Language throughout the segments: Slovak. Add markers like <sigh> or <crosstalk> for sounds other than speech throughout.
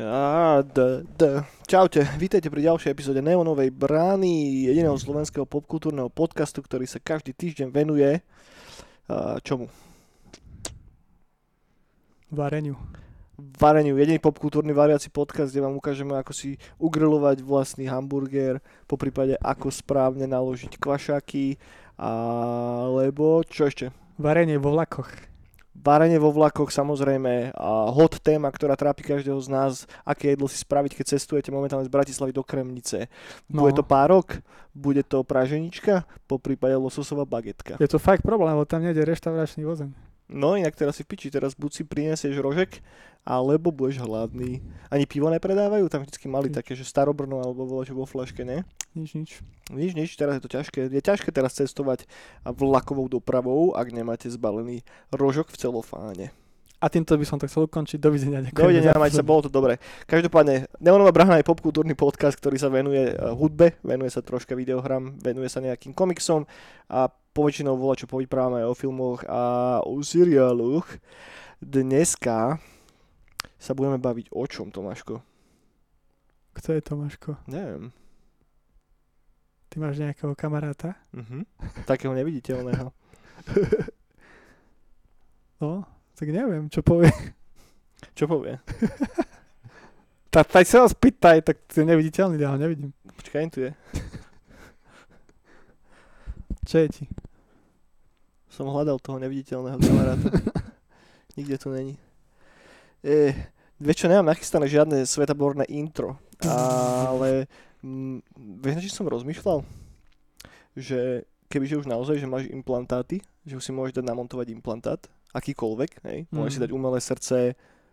A, d, d. Čaute, vítajte pri ďalšej epizóde Neonovej brány, jediného slovenského popkultúrneho podcastu, ktorý sa každý týždeň venuje a, čomu? Vareniu. Vareniu. Jediný popkultúrny variaci podcast, kde vám ukážeme, ako si ugrilovať vlastný hamburger, po prípade ako správne naložiť kvašaky, alebo čo ešte? Varenie vo vlakoch. Varenie vo vlakoch samozrejme a hot téma, ktorá trápi každého z nás, aké jedlo si spraviť, keď cestujete momentálne z Bratislavy do Kremnice. No. No. Bude to párok, bude to praženička, po prípade lososová bagetka. Je to fakt problém, lebo tam nejde reštauračný vozeň. No inak teraz si piči, teraz buď si prinesieš rožek, alebo budeš hladný. Ani pivo nepredávajú, tam vždycky mali Ty. také, že starobrno alebo volačo vo flaške, ne? Nič, nič. Nič, nič, teraz je to ťažké. Je ťažké teraz cestovať vlakovou dopravou, ak nemáte zbalený rožok v celofáne. A týmto by som to chcel ukončiť. Dovidenia. Ďakujem. Dovidenia, mať sa, bolo to dobre. Každopádne, Neonová brahna je popkultúrny podcast, ktorý sa venuje e, hudbe, venuje sa troška videohram, venuje sa nejakým komiksom a poväčšinou volá, čo povyprávame o filmoch a o seriáloch. Dneska sa budeme baviť o čom, Tomáško? Kto je Tomáško? Neviem. Ty máš nejakého kamaráta? Mhm. Takého neviditeľného. No, tak neviem, čo povie. <laughs> Čo povie? Tak taj sa ho spýtaj, tak ty je neviditeľný, ja ho nevidím. Počkaj, tu je. Čo je ti? Som hľadal toho neviditeľného kamaráta. Nikde tu není. E, vieš čo, nemám nachystané žiadne svetaborné intro, ale m, vieš, na čím som rozmýšľal? Že kebyže už naozaj, že máš implantáty, že už si môžeš dať namontovať implantát, akýkoľvek, hej? Môžeš si Mm. dať umelé srdce,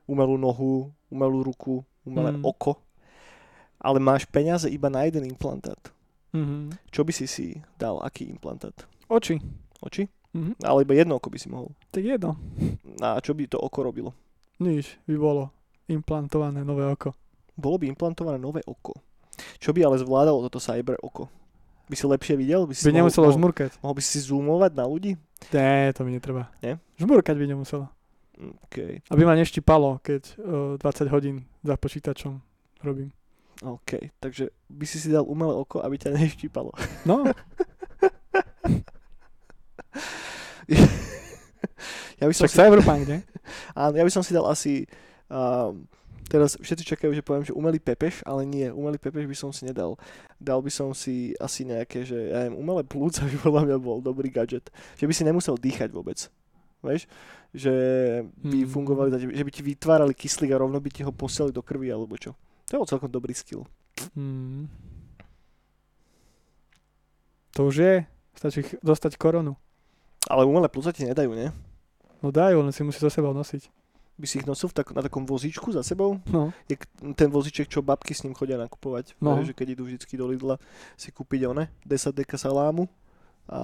umelú nohu, umelú ruku, umelé Mm. oko, ale máš peniaze iba na jeden implantát. Mhm. Čo by si si dal, aký implantát? Oči. Oči? Mhm. Ale iba jedno oko by si mohol. Tak jedno. A čo by to oko robilo? Nič by bolo implantované nové oko. Bolo by implantované nové oko. Čo by ale zvládalo toto cyber oko? By si lepšie videl? By, si By nemuselo mohol, žmurkať. mohol by si zoomovať na ľudí? Nie, to mi netreba. Nie? Žmurkať by nemuselo. Mm, OK, Aby ma neštipalo, keď o, 20 hodín za počítačom robím. OK. Takže by si si dal umelé oko, aby ťa <laughs> neštípalo. No, Ja by som, však si, Cyberpunk, ne? áno, ja by som si dal asi... Um, teraz všetci čakajú, že poviem, že umelý pepeš, ale nie, umelý pepeš by som si nedal. Dal by som si asi nejaké, že ja neviem, umelé plúca <laughs> by podľa mňa bol dobrý gadget. Že by si nemusel dýchať vôbec. Vieš? Že by Mm. fungovali, za teba- že by ti vytvárali kyslík a rovno by ti ho posiali do krvi alebo čo. To je bol celkom dobrý skill. Mm. To už je. Stačí ch- dostať koronu. Ale umelé plúca ti nedajú, ne? No dajú, len si musí so sebou nosiť. By si ich nosil v tak, na takom vozíčku za sebou? No, Je k- ten voziček, čo babky s ním chodia nakupovať. No. No. Že keď idú vždycky do Lidla si kúpiť one, 10 deka salámu a,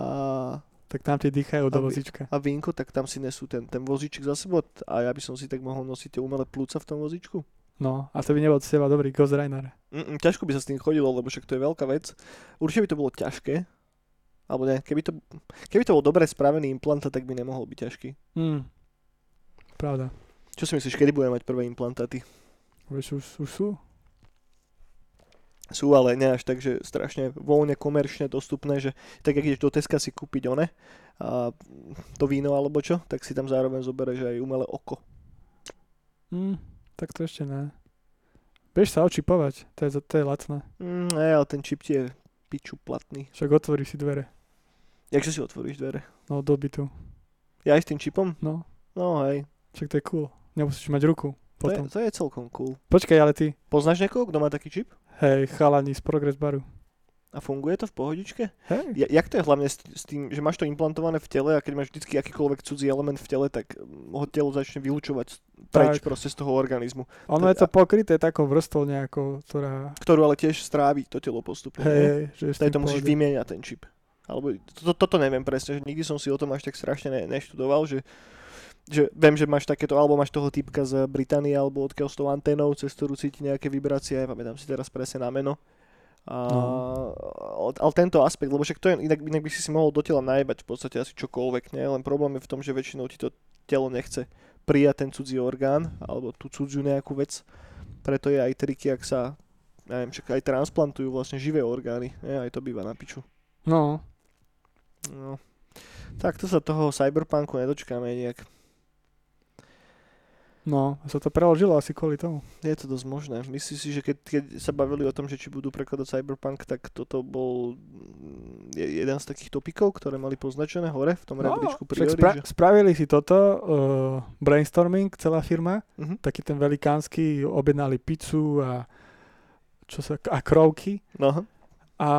tak tam ti dýchajú do Aby- vozíčka. a vínko, tak tam si nesú ten, ten voziček za sebou t- a ja by som si tak mohol nosiť tie umelé plúca v tom vozičku. No, a to by nebol z teba dobrý Ghost Reiner. Mm-mm, ťažko by sa s tým chodilo, lebo však to je veľká vec. Určite by to bolo ťažké. Alebo ne, keby to, keby to bol dobre spravený implant, tak by nemohol byť ťažký. Hmm. Mm. Pravda. Čo si myslíš, kedy budeme mať prvé implantáty? Vieš, už, už sú? sú ale ne až tak, že strašne voľne komerčne dostupné, že tak ak ideš do Teska si kúpiť one, a to víno alebo čo, tak si tam zároveň zoberieš aj umelé oko. Mm. Hmm. Tak to ešte ne. Bež sa očipovať, to je, za- to je lacné. Mm, ne, ale ten čip ti je piču platný. Však otvoríš si dvere. Jakže si otvoríš dvere? No, do bytu. Ja aj s tým čipom? No, No hej, však to je cool. Nemusíš mať ruku to je, potom. to je celkom cool. Počkaj, ale ty, Poznáš niekoho, kto má taký čip? hej, chalani z Progress Baru. A funguje to v pohodičke? Hej, Ja, jak to je hlavne s, s tým, že máš to implantované v tele a keď máš vždycky akýkoľvek cudzí element v tele, tak mm, ho telo začne vylúčovať preč Tak. proste z toho organizmu, ono je to pokryté takou vrstvou nejakou, ktorá ktorú ale tiež strávi to telo postupne. Hej, ne? hej, že je s Tady to tým musíš pohode. vymieňať ten čip. Alebo to, to, toto neviem presne, že nikdy som si o tom až tak strašne ne, neštudoval, že, že viem, že máš takéto, alebo máš toho typka z Británie, alebo odkiaľ s tou anténou, cez ktorú cíti nejaké vibrácie, nepamätám si teraz presne na meno. A, No. ale- Ale tento aspekt, lebo však to je, inak, inak by si si mohol do tela najebať v podstate asi čokoľvek, nie? len problém je v tom, že väčšinou ti to telo nechce prijať ten cudzí orgán, alebo tú cudziu nejakú vec, Preto je aj triky, ak sa ja neviem, však aj transplantujú vlastne živé orgány. Ne, aj to býva na piču. No, No. Tak to sa toho cyberpunku nedočkáme nejak. no, sa to preložilo asi kvôli tomu. Je to dosť možné. Myslím si, že keď, keď sa bavili o tom, že či budú prekladať cyberpunk, tak toto bol mm, je- jeden z takých topikov, ktoré mali poznačené hore v tom no, rebríčku však priori. spra- že... spravili si toto, uh, brainstorming, celá firma, Mhm. taký ten velikánsky, objednali pizzu a, čo sa, a krovky No, aha. a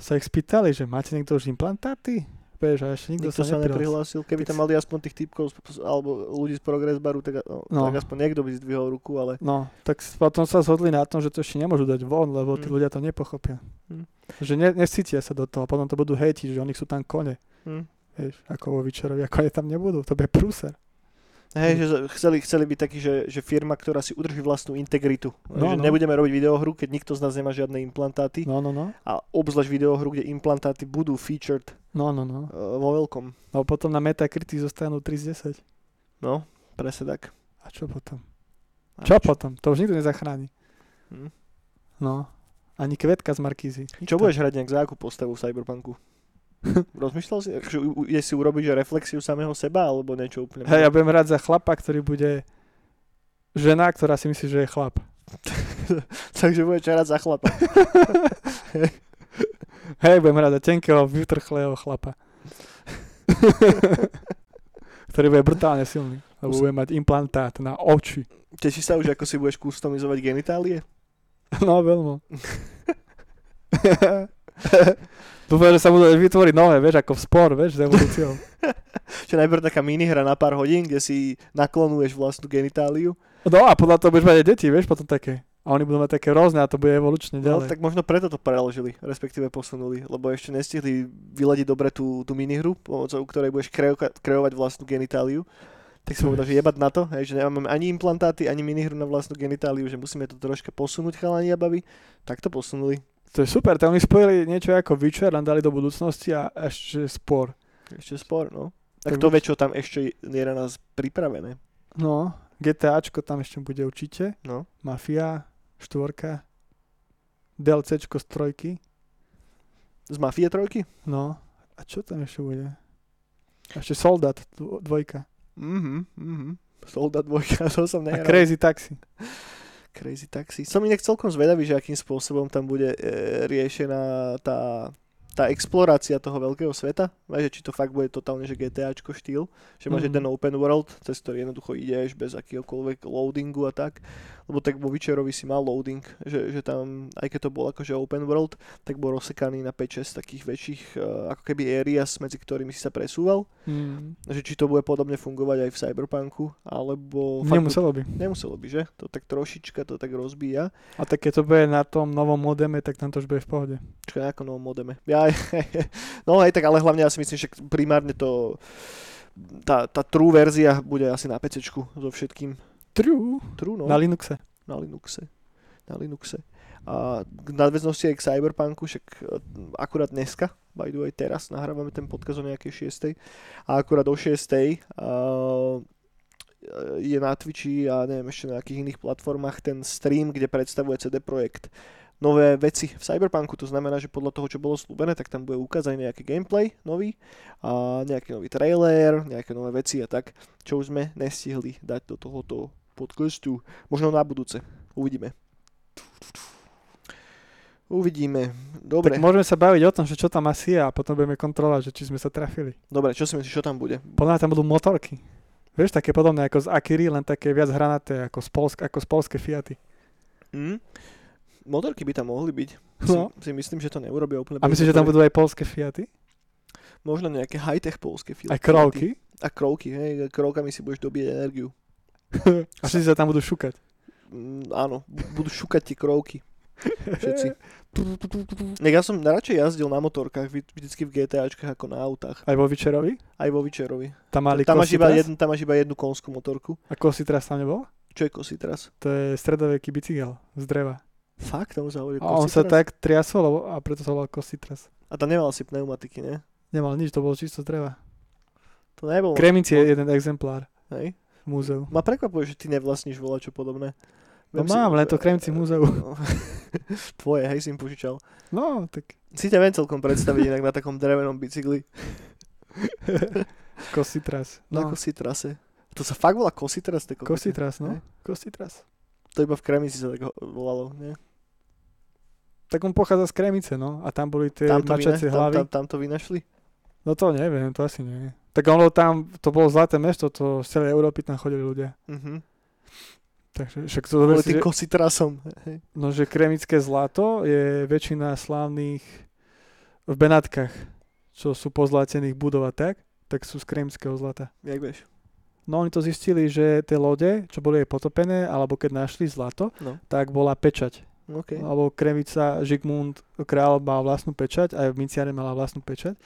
sa ich spýtali, že máte niekto už implantáty? Vieš, a ešte nikto, nikto sa neprihlásil. neprihlásil. Keby Tak tam mali aspoň tých typkov z- z- alebo ľudí z Progress Baru, tak, no, No. tak aspoň niekto by zdvihol ruku, ale No, tak s- potom sa zhodli na tom, že to ešte nemôžu dať von, lebo tí Mm. ľudia to nepochopia. Mm. Že ne, nescítia sa do toho, potom to budú hejtiť, že oni sú tam kone. hm. Vieš, ako vo Vyčerovi, ako oni tam nebudú, to bude prúser. Hej, že za- chceli, chceli byť taký, že, že firma, ktorá si udrží vlastnú integritu. No, že no. nebudeme robiť videohru, keď nikto z nás nemá žiadne implantáty. No, no, no. A obzvlášť videohru, kde implantáty budú featured No, no, eh, no. vo veľkom. No potom na Metacritic zostanú 3 z 10. No, presne tak. A čo potom? A Čo, potom? To už nikto nezachráni. Hm. No. Ani kvetka z Markízy. Čo budeš hrať nejak za akú postavu v <laughs> Cyberpunku? Rozmýšľal si, že u- u- ideš si urobiť že reflexiu samého seba, alebo niečo úplne... Hej, ja budem hrať za chlapa, ktorý bude žena, ktorá si myslí, že je chlap. Takže budeš hrať za chlapa. Hej, budem hrať za tenkého, vytrchlého chlapa. ktorý bude brutálne silný. Lebo Musí- bude mať implantát na oči. Tešíš sa už, ako si budeš customizovať genitálie? No, veľmi. <laughs> Dúfam, že sa budú vytvoriť nové, vieš, ako v spor, vieš, s evolúciou. Čo najprv taká minihra na pár hodín, kde si naklonuješ vlastnú genitáliu. No a podľa toho budeš mať aj deti, vieš, potom také. A oni budú mať také rôzne a to bude evolučne No, ďalej. tak možno preto to preložili, respektíve posunuli, lebo ešte nestihli vyladiť dobre tú, tú minihru, pomocou ktorej budeš kreuka, kreovať vlastnú genitáliu. Tak si povedal, že jebať na to, hej, že nemáme ani implantáty, ani minihru na vlastnú genitáliu, že musíme to troška posunúť chalani a baby. Tak to posunuli. To je super, tam oni spojili niečo ako Witcher, len dali do budúcnosti a ešte spor. Ešte spor, no. Tak Tak to už- vie, čo tam ešte je na nás pripravené. No, GTAčko tam ešte bude určite, No. Mafia, štvorka, DLCčko z trojky, Z Mafie trojky? no, a čo tam ešte bude? Ešte Soldat, dvo- dvojka. Mhm, mhm. Soldat dvojka, <laughs> to som A nehral. Crazy Taxi. Crazy Taxi. Som inak celkom zvedavý, že akým spôsobom tam bude e, riešená tá, tá explorácia toho veľkého sveta. Vieš, že či to fakt bude totálne, že GTAčko štýl, že máš Mhm. jeden open world, cez ktorý jednoducho ideš bez akéhokoľvek loadingu a tak. Lebo tak vo Witcherovi si mal loading, že, že tam, aj keď to bol akože open world, tak bol rozsekaný na 5-6 takých väčších, e, ako keby areas, medzi ktorými si sa presúval. Mm. Že či to bude podobne fungovať aj v Cyberpunku, alebo... fakt Nemuselo by. Nemuselo by, že? To tak trošička to tak rozbíja. A tak keď to bude na tom novom modeme, tak tam to už bude v pohode. Čo na akom novom modeme. Ja, <laughs> no aj tak, ale hlavne ja si myslím, že primárne to tá, tá true verzia bude asi na PC so všetkým. True. True, no. Na Linuxe. na Linuxe. Na Linuxe. A k nadväznosti aj k Cyberpunku, však e, akurát dneska, by the way, teraz nahrávame ten podcast o nejakej 6. A akurát o 6. Uh, je na Twitchi a neviem ešte na akých iných platformách ten stream, kde predstavuje CD Projekt nové veci v Cyberpunku, to znamená, že podľa toho, čo bolo slúbené, tak tam bude ukázať nejaký gameplay nový, a nejaký nový trailer, nejaké nové veci a tak, čo už sme nestihli dať do tohoto podcastu. Možno na budúce. Uvidíme. Uvidíme. Dobre, Tak môžeme sa baviť o tom, že čo tam asi je a potom budeme kontrolovať, že či sme sa trafili. dobre, čo si myslíš, čo tam bude? Podľa mňa tam budú motorky. Vieš, také podobné ako z Akiry, len také viac hranaté ako z, Polsk, ako z polské Fiaty. Hm? Motorky by tam mohli byť. No. Si, si myslím, že to neurobia úplne. A myslíš, že tam preto- budú aj polské Fiaty? Možno nejaké high-tech polské filmy. Aj krovky? A krovky, hej. Krovkami si budeš dobíjať energiu. A všetci sa tam budú šukať. Mm, áno, bu- budú šukať ti krovky. <laughs> Všetci. Nek ja som radšej jazdil na motorkách, vy- vždycky v GTAčkách ako na autách. Aj vo Vyčerovi? Aj vo Vyčerovi. Tam mali Tam máš, iba Kositras? jednu, tam máš iba jednu konskú motorku. A Kositras tam nebol? Čo je kositras? To je stredoveký bicykel z dreva. Fakt, tomu sa hovorí A on kositras? sa tak triasol lebo- a preto sa volal Kositras. A tam nemal si pneumatiky, ne? Nemal nič, to bolo čisto z dreva. To nebolo. Kremici je jeden exemplár hej? v múzeu. Ma prekvapuje, že ty nevlastníš volačo podobné. No Viem si- mám, len to kremci v <laughs> múzeu. Tvoje, hej, si im požičal. No, tak Si ťa viem celkom predstaviť inak na takom drevenom <laughs> bicykli. kositras. Na No, kositrase. To sa fakt volá kositras? ty kokos? kositras, Hej. no. Kositras. To iba v Kremici sa tak ho- volalo, nie? Tak on pochádza z Kremice, no. A tam boli tie Tam to, vyna- mačacie tam, hlavy. tam, tam to vynašli? No to neviem, to asi nie. Tak ono tam, to bolo zlaté mesto, to z celej Európy tam chodili ľudia. Mhm. Takže však to Bolo dobre si, tým že, kositrasom. Hej. no, že kremické zlato je väčšina slávnych v Benátkach, čo sú pozlatených budov a tak, tak sú z kremického zlata. Jak vieš? No oni to zistili, že tie lode, čo boli aj potopené, alebo keď našli zlato, No. tak bola pečať. OK. Alebo Kremica, Žigmund, král mal vlastnú pečať, aj Minciare mala vlastnú pečať.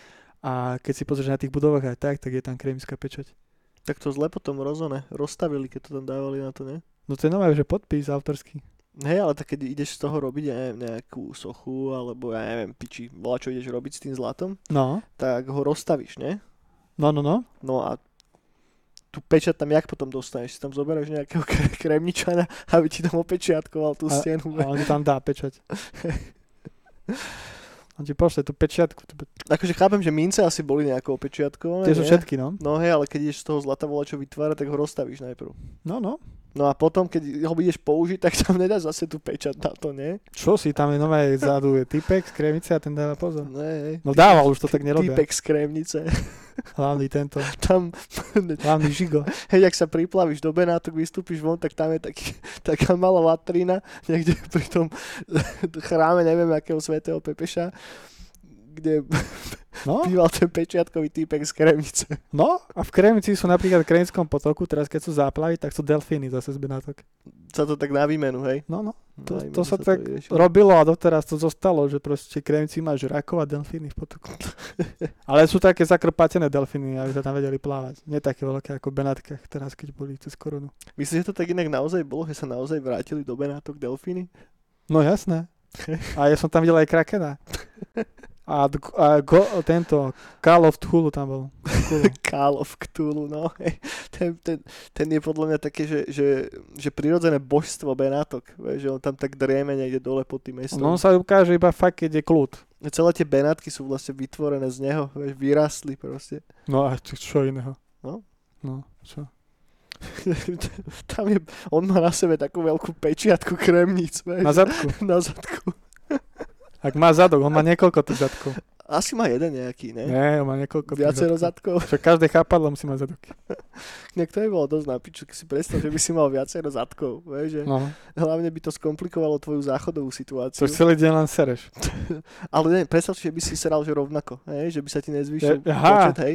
A keď si pozrieš na tých budovách aj tak, tak je tam kremická pečať. Tak to zle potom rozone, rozstavili, keď to tam dávali na to, ne? No to je nové, že podpis autorský. Hej, ale tak keď ideš z toho robiť, ja neviem, nejakú sochu, alebo ja neviem, piči, bola čo ideš robiť s tým zlatom, No, tak ho rozstavíš, ne? no, no, no. No a tu pečať tam jak potom dostaneš? Si tam zoberieš nejakého kre- kremničana, aby ti tam opečiatkoval tú stenu. A on ti tam dá <laughs> pečať. on ti pošle tú pečiatku. Tú, Akože chápem, že mince asi boli nejako opečiatkované, tie sú nie? všetky, no. No hej, ale keď ideš z toho zlata vola čo vytvárať, tak ho rozstavíš najprv. No, no. No a potom, keď ho budeš použiť, tak tam nedáš zase tú pečať na to, nie? Čo si, tam je nové vzadu je typek z kremice a ten dáva pozor. Ne, No dával, už to tak nerobia. Týpek z Kremnice. <laughs> Hlavný tento, Tam, hlavný žigo. hej, ak sa priplavíš do Benátok, vystúpiš von, tak <laughs> tam je taký, taká malá latrina, niekde pri tom <laughs> chráme, neviem, akého svätého Pepeša, kde No, býval ten pečiatkový týpek z Kremnice. no a v Kremici sú napríklad v Kremickom potoku, teraz keď sú záplavy, tak sú delfíny zase z Benátok. Sa to tak na výmenu, hej? No, no, to, Na to výmenu sa tak riešilo. robilo a doteraz to zostalo, že proste Kremici máš rakov a delfíny v <laughs> potoku. Ale sú také zakrpatené delfíny, aby sa tam vedeli plávať. Nie také veľké ako v Benátkach teraz, keď boli cez korunu. Myslíš, že to tak inak naozaj bolo, že sa naozaj vrátili do Benátok delfíny? No jasné. A ja som tam videl aj Krakena. A, d- a go, tento, Call of Cthulhu tam bol. <laughs> Cthulhu. Call of Cthulhu, no. hej. Ten, ten, ten je podľa mňa také, že, že, že prirodzené božstvo Benátok, vieš, že on tam tak drieme niekde dole pod tým mestom. No on sa ukáže iba fakt, keď je kľud. Celé tie Benátky sú vlastne vytvorené z neho, vieš, vyrastli proste. <laughs> No a čo- čo iného? No. No, čo? tam je, on má na sebe takú veľkú pečiatku kremníc, vieš, na, Na zadku. na zadku. Ak má zadok, on má niekoľko tých zadkov. Asi má jeden nejaký, ne? Nie, on má niekoľko tých Viacero zadkov. zadkov. <laughs> Čo každé chápadlo musí mať zadok. Inak to by bolo dosť na piču, keď si predstav, že by si mal viacero zadkov, vieš, že No, hlavne by to skomplikovalo tvoju záchodovú to situáciu. už celý deň len sereš. Ale ne, predstav si, že by si seral, že rovnako, hej? že by sa ti nezvýšil Ja- aha. počet, hej?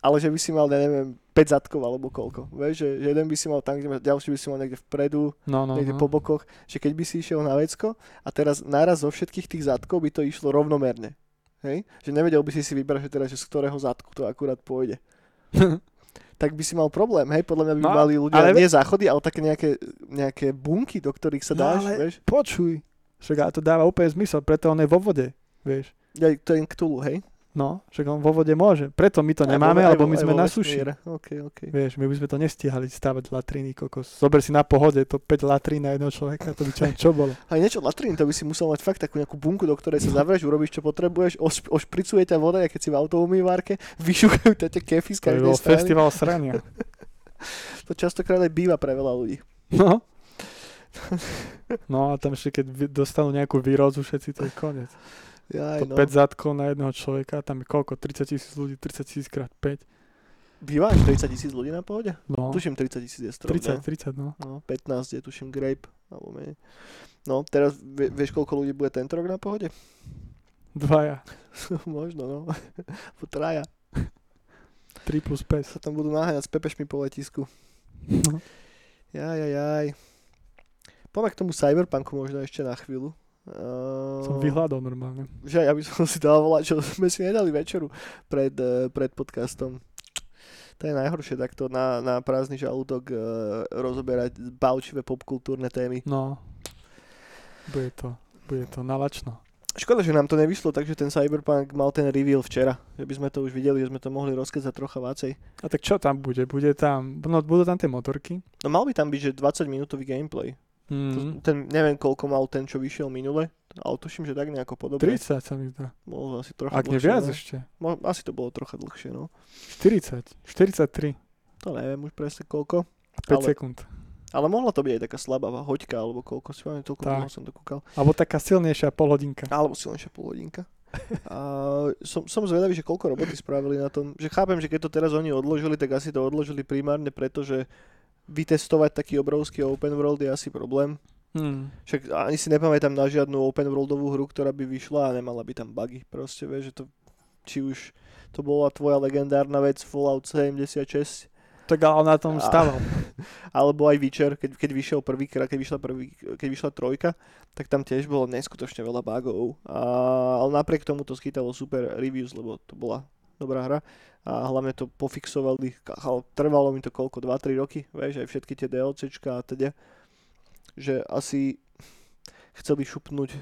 ale že by si mal, ja neviem, 5 zadkov alebo koľko. Vieš, že, že jeden by si mal tam, kde máš, ďalší by si mal niekde vpredu, No, no, niekde no. po bokoch, že keď by si išiel na vecko a teraz naraz zo všetkých tých zadkov by to išlo rovnomerne. Hej? Že nevedel by si si vybrať, že teraz, že z ktorého zadku to akurát <laughs> pôjde. Tak by si mal problém, hej? Podľa mňa by No, no, mali ľudia ale... ale ve- nie záchody, ale také nejaké, nejaké bunky, do ktorých sa No, dáš, ale- vieš? Počuj. Však ale to dáva úplne zmysel, preto on je vo vode, vieš. Ja, to je Cthulhu, hej? No, však on vo vode môže. Preto my to nemáme, Aj vo- aj lebo vo- my aj sme vo na suši. vesmíre. Okay, okay. Vieš, my by sme to nestihali stavať latriny, kokos. Zober si na pohode, to 5 latrín na jedného človeka, to by čo, čo bolo. Ale niečo latrín, to by si musel mať fakt takú nejakú bunku, do ktorej <laughs> sa zavrieš, urobíš čo potrebuješ, oš, ošpricuje ťa voda, keď si v autoumývárke, vyšuchajú ťa tie kefy z To by každej bol strany. festival srania. To častokrát aj býva pre veľa ľudí. <laughs> No. No a tam ešte keď vy- dostanú nejakú výrozu všetci, to je koniec. Jaj, To no. 5 zadkov na jedného človeka, tam je koľko? 30 tisíc ľudí, 30 tisíc krát 5. Býva až 30 tisíc ľudí na pohode? No, Tuším 30 tisíc je strop, ne? 30, 30, no. No, 15 je tuším grape, alebo menej. No, teraz vie, vieš, koľko ľudí bude tento rok na pohode? <laughs> Dvaja, Možno, no. <laughs> Po traja. 3 plus 5. Sa tam budú naháňať s pepešmi po letisku. No. Jaj, jaj, jaj. Poďme k tomu cyberpunku možno ešte na chvíľu. Uh... Som vyhľadol normálne. že ja by som <laughs> si dal volať, čo sme si nedali večeru pred, eh, pred podcastom. To je najhoršie takto na, na prázdny žalúdok e, rozoberať bavčivé popkultúrne témy. No. Bude to, bude to nalačno. Škoda, že nám to nevyšlo, takže ten Cyberpunk mal ten reveal včera. Že by sme to už videli, že sme to mohli rozkecať trocha vácej. A tak čo tam bude? Bude tam, no budú tam tie motorky. No mal by tam byť, že 20 minútový gameplay. Mm. To, ten, neviem, koľko mal ten, čo vyšiel minule, ale tuším, že tak nejako podobne. 30 sa mi zdá. Bolo asi trocha Ak nie dlhšie, viac no. ešte. Mo- Asi to bolo trocha dlhšie, no. 40. 43. 5 To neviem už presne koľko. Ale- sekúnd. Ale mohla to byť aj taká slabá hoďka, alebo koľko si pamätám, toľko Tak. dlho som to kúkal. Alebo taká silnejšia polhodinka. Alebo silnejšia polhodinka. A som, som zvedavý, že koľko roboty spravili na tom. Že chápem, že keď to teraz oni odložili, tak asi to odložili primárne preto, že vytestovať taký obrovský open world je asi problém. Mm. Však ani si nepamätám na žiadnu open worldovú hru, ktorá by vyšla a nemala by tam bugy. Proste vieš, že to, či už to bola tvoja legendárna vec Fallout 76, Tak ale on na tom A- stával. alebo aj Witcher, keď, keď vyšiel prvýkrát, keď vyšla, prvý, keď vyšla trojka, tak tam tiež bolo neskutočne veľa bugov. A, ale napriek tomu to schytalo super reviews, lebo to bola dobrá hra a hlavne to pofixovali, ka- ale trvalo mi to koľko, 2-3 roky, vieš, aj všetky tie DLCčka a teda, že asi chceli šupnúť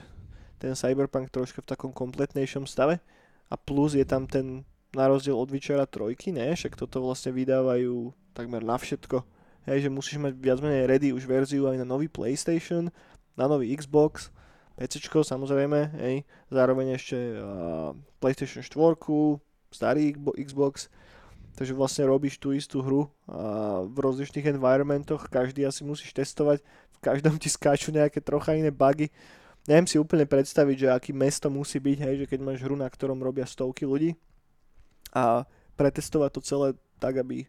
ten Cyberpunk troška v takom kompletnejšom stave a plus je tam ten na rozdiel od Witchera trojky, ne, však toto vlastne vydávajú takmer na všetko. Hej, že musíš mať viac menej ready už verziu aj na nový PlayStation, na nový Xbox, PC samozrejme, hej, zároveň ešte uh, PlayStation 4, starý Xbo- Xbox, takže vlastne robíš tú istú hru uh, v rozličných environmentoch, každý asi musíš testovať, v každom ti skáču nejaké trocha iné bugy. Neviem si úplne predstaviť, že aký mesto musí byť, hej, že keď máš hru, na ktorom robia stovky ľudí a pretestovať to celé tak, aby,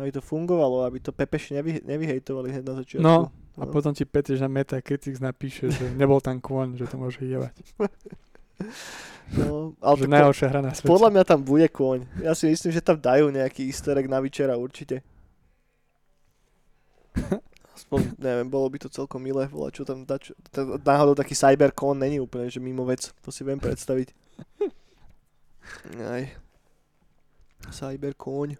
aby to fungovalo, aby to pepeši nevy, nevyhejtovali hneď na začiatku. No, <laughs> a potom ti Petež na Metacritics napíše, že nebol tam kôň, že to môže jevať. No, ale Že tak to- najhoršia hra na svete. Podľa mňa tam bude kôň. Ja si myslím, že tam dajú nejaký easter egg na večera určite. Aspoň, neviem, bolo by to celkom milé, bola čo tam dať. T- náhodou taký cyberkon není úplne, že mimo vec. To si viem predstaviť. Aj. Cyberkóň.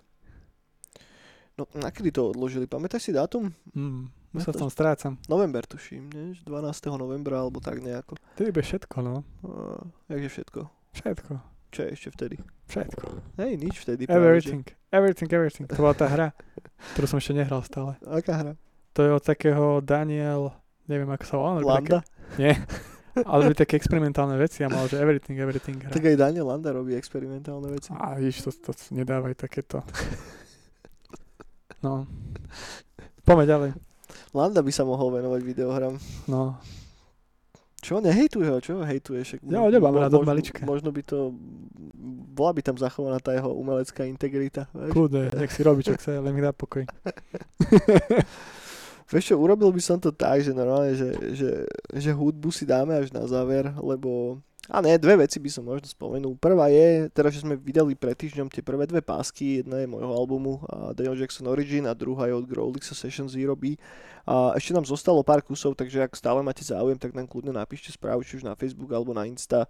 No, na kedy to odložili? Pamätáš si dátum? Mm, No ja sa v tom strácam. November, tuším, nie? Že 12. novembra, alebo tak nejako. To je iba všetko, no. Uh, takže všetko. Všetko. Čo je ešte vtedy? Všetko. Hej, nič vtedy. práve, že. Everything. Everything, everything. To bola tá hra, ktorú som ešte nehral stále. Aká hra? To je od takého Daniel, neviem ako sa volá. ale také- Landa? Ale robí také experimentálne veci a mal, že everything, everything hra. Tak aj Daniel Landa robí experimentálne veci. A vidíš, to, to nedávaj takéto. No. Poďme ďalej. Landa by sa mohol venovať videohram. No. Čo, nehejtuj ho, čo ho hejtuješ? Však Ja mo- ho nemám mo- rád od možno- malička. Možno by to... Bola by tam zachovaná tá jeho umelecká integrita. Vieš? Kľudne, nech si robí, čo chce, len mi dá pokoj. vieš čo, urobil by som to tak, že normálne, že, že, že hudbu si dáme až na záver, lebo... A ne, dve veci by som možno spomenul. Prvá je, teraz, že sme vydali pred týždňom tie prvé dve pásky, jedna je môjho albumu a Daniel Jackson Origin a druhá je od Growlixa Session Zero B. A ešte nám zostalo pár kusov, takže ak stále máte záujem, tak nám kľudne napíšte správu, či už na Facebook alebo na Insta.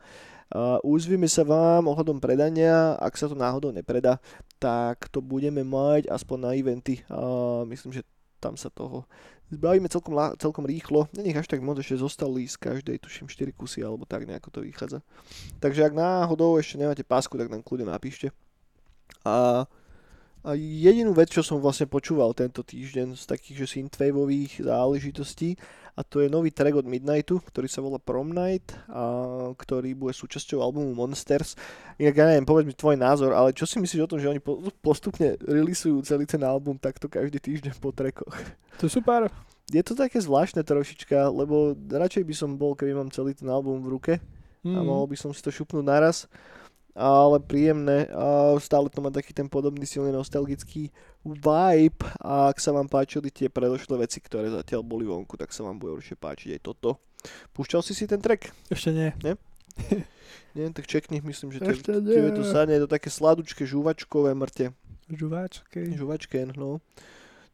A Uzvime sa vám ohľadom predania, ak sa to náhodou nepredá, tak to budeme mať aspoň na eventy. A myslím, že tam sa toho zbavíme celkom, lá- celkom rýchlo. Není až tak moc, ešte zostali z každej, tuším, 4 kusy, alebo tak nejako to vychádza. Takže ak náhodou ešte nemáte pásku, tak nám kľudne napíšte. A a jedinú vec, čo som vlastne počúval tento týždeň z takých, že synthwaveových záležitostí, a to je nový track od Midnightu, ktorý sa volá Prom Night, a ktorý bude súčasťou albumu Monsters. Inak ja neviem, povedz mi tvoj názor, ale čo si myslíš o tom, že oni po- postupne releaseujú celý ten album takto každý týždeň po trackoch? To je super. Je to také zvláštne trošička, lebo radšej by som bol, keby mám celý ten album v ruke, Hmm. a Mhm. mohol by som si to šupnúť naraz ale príjemné a stále to má taký ten podobný silne nostalgický vibe a ak sa vám páčili tie predošlé veci, ktoré zatiaľ boli vonku, tak sa vám bude určite páčiť aj toto. Púšťal si si ten track? Ešte nie. Nie, tak čekni, myslím, že to je, Ešte to je to sadne, je to také sladučké, žuvačkové mrte. Žuváčky. Žuvačken, no.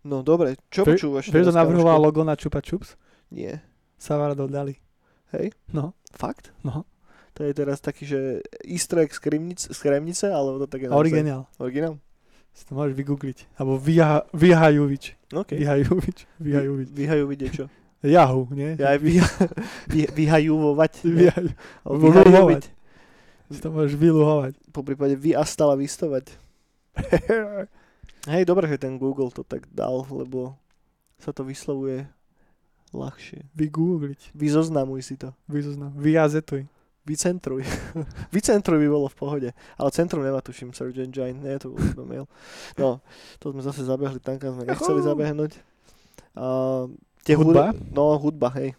No dobre, čo Vie- počúvaš? Vieš, to teraz, navrhoval kamoško? logo na Čupa Čups? Nie. Savardo dali. Hej? No, Fakt? no. To je teraz taký, že easter egg z Kremnice, z Kremnice alebo to také... A originál. Originál? Si to môžeš vygoogliť. Alebo Vyha- Vyhajovič. OK. Vyhajovič. <laughs> Vyhajovič. Vyhajú vidieť čo? Yahoo, nie? Ja aj <laughs> vyha, vy, vyhajúvovať. ne? Vyhajovič. Alebo vyluhovať. vyhajoviť. Si to môžeš <laughs> vyluhovať. Po prípade vy a stala vystovať. Hej, dobre, že ten Google to tak dal, lebo sa to vyslovuje ľahšie. Vygoogliť. Vyzoznamuj si to. Vyzoznam. Vyazetuj. Vycentruj. <laughs> Vycentruj by bolo v pohode. Ale centrum nemá, tuším, Search Engine. Nie, to bol iba mail. No, to sme zase zabehli tam, kam sme nechceli Juhu. zabehnúť. Uh, tie Hudba? hud- no, hudba, hej.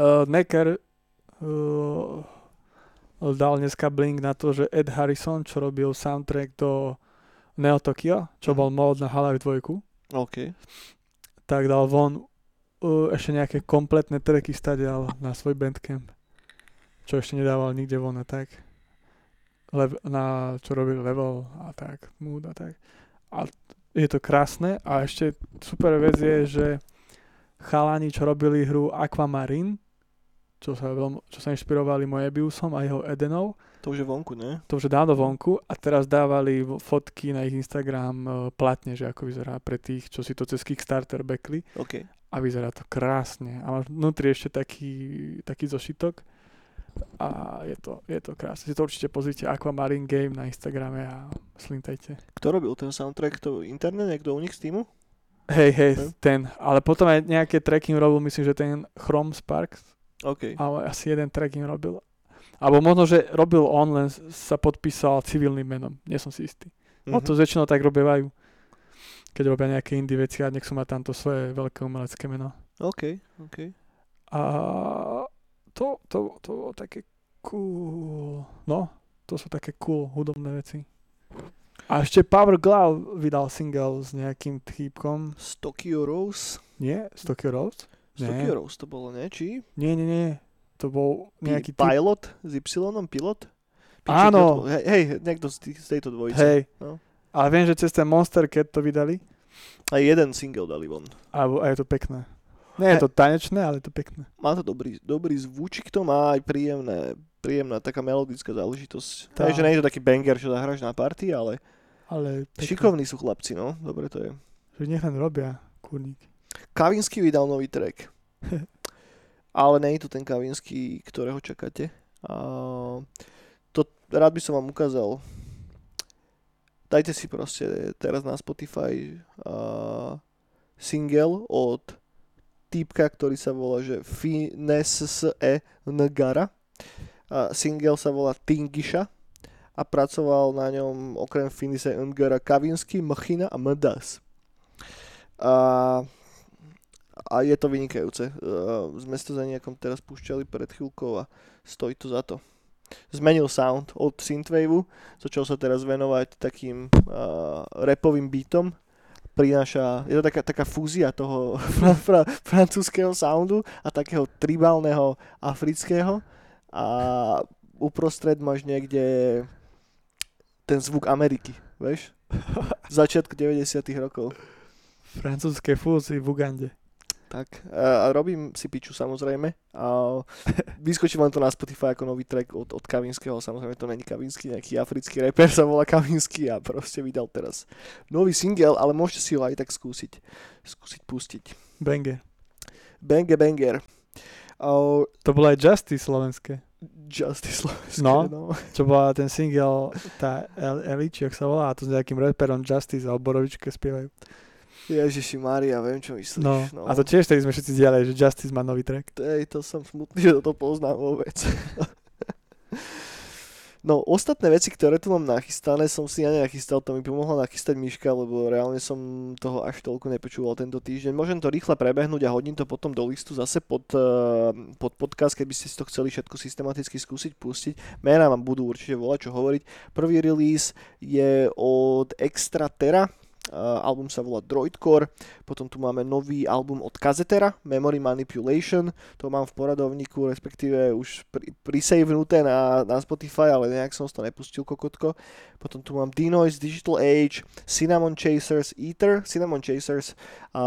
Uh, Necker uh, dal dneska blink na to, že Ed Harrison, čo robil soundtrack do Neo Tokyo, čo bol mod na Half-Life 2, OK. tak dal von uh, ešte nejaké kompletné tracky stadial na svoj bandcamp, čo ešte nedával nikde von a tak. Lev, na čo robil level a tak, mood a tak. A t- je to krásne a ešte super vec je, že chalani, čo robili hru Aquamarine, čo sa, veľmi, čo sa inšpirovali Moebiusom a jeho Edenou, To už je vonku, ne? to už je dávno vonku a teraz dávali vo- fotky na ich Instagram e, platne, že ako vyzerá pre tých, čo si to cez Kickstarter backli OK. a vyzerá to krásne. A máš vnútri ešte taký, taký zošitok a je to, je to krásne. Si to určite pozrite Aquamarine Game na Instagrame a slintajte. Kto robil ten soundtrack? To internet? Niekto u nich z týmu? Hej, hej, Hm? ten. Ale potom aj nejaké tracking robil, myslím, že ten Chrome Sparks, OK. ale asi jeden track im robil. Alebo možno, že robil on, len s- sa podpísal civilným menom. Nie som si istý. No to väčšinou tak robievajú. Keď robia nejaké indie veci a nech sú mať tamto svoje veľké umelecké meno. OK, OK. A to, to, to bolo také cool. No, to sú také cool hudobné veci. A ešte Power Glove vydal single s nejakým týpkom. Z Tokyo Rose? Nie? Z Tokyo Road? Z Nie. Tokyo Rose to bolo, ne? Či? Nie, nie, nie. To bol Pi- nejaký typ. pilot? S Y? Pilot? Áno. Hej, hej, niekto z, tých, z tejto dvojice. Hej. No. Ale viem, že cez ten Monster Cat to vydali. A jeden single dali von. A, a je to pekné. Nie je to tanečné, ale je to pekné. Má to dobrý, dobrý zvučik, to má aj príjemné, príjemná taká melodická záležitosť. Tá. Takže nie je to taký banger, čo zahráš na party, ale Ale pekné. šikovní sú chlapci, no. Dobre to je. Že nech len robia, kurník. <laughs> Kavinsky vydal nový track. Ale nie je to ten Kavinsky, ktorého čakáte. A to rád by som vám ukázal. Dajte si proste teraz na Spotify a single od týpka, ktorý sa volá že Finesse Ngara. A single sa volá Tingisha a pracoval na ňom okrem Finise Ngara Kavinsky, Machina a Mdas. A a je to vynikajúce. Uh, sme si to za nejakom teraz púšťali pred chvíľkou a stojí to za to. Zmenil sound od synthwaveu, začal sa teraz venovať takým uh, repovým beatom. Prináša, je to taká, taká fúzia toho <laughs> fra, fra, francúzského soundu a takého tribálneho afrického a uprostred máš niekde ten zvuk Ameriky, vieš? Začiatku 90 rokov. Francúzske fúzy v Ugande. Tak, a a robím si piču samozrejme a <laughs> vyskočí vám to na Spotify ako nový track od, od Kavinského, samozrejme to není Kavinsky, nejaký africký reper sa volá Kavinsky a proste vydal teraz nový single, ale môžete si ho aj tak skúsiť, skúsiť pustiť. Benge. Bange Banger. A To bolo aj Justice slovenské, Justice Slovenské, No. no. čo bola ten single, tá El- Eli, či jak sa volá, a to s nejakým rapperom Justice a o Borovičke spievajú. Ježiši Mária, viem čo myslíš. No, a to tiež tedy sme všetci diali, že Justice má nový track. Ej, to som smutný, že to poznám vôbec. <laughs> No, ostatné veci, ktoré tu mám nachystané, som si ja nenachystal, to mi pomohla nachystať Miška, lebo reálne som toho až toľko nepočúval tento týždeň. Môžem to rýchle prebehnúť a hodím to potom do listu zase pod, eh, pod podcast, keby ste si to chceli všetko systematicky skúsiť pustiť. Mená vám budú určite volať, čo hovoriť. Prvý release je od Extra Terra, eh, album sa volá Droidcore, potom tu máme nový album od Kazetera, Memory Manipulation, to mám v poradovníku, respektíve už pri, prisavnuté na, na Spotify, ale nejak som si to nepustil kokotko. Potom tu mám D-Noise, Digital Age, Cinnamon Chasers, Eater, Cinnamon Chasers a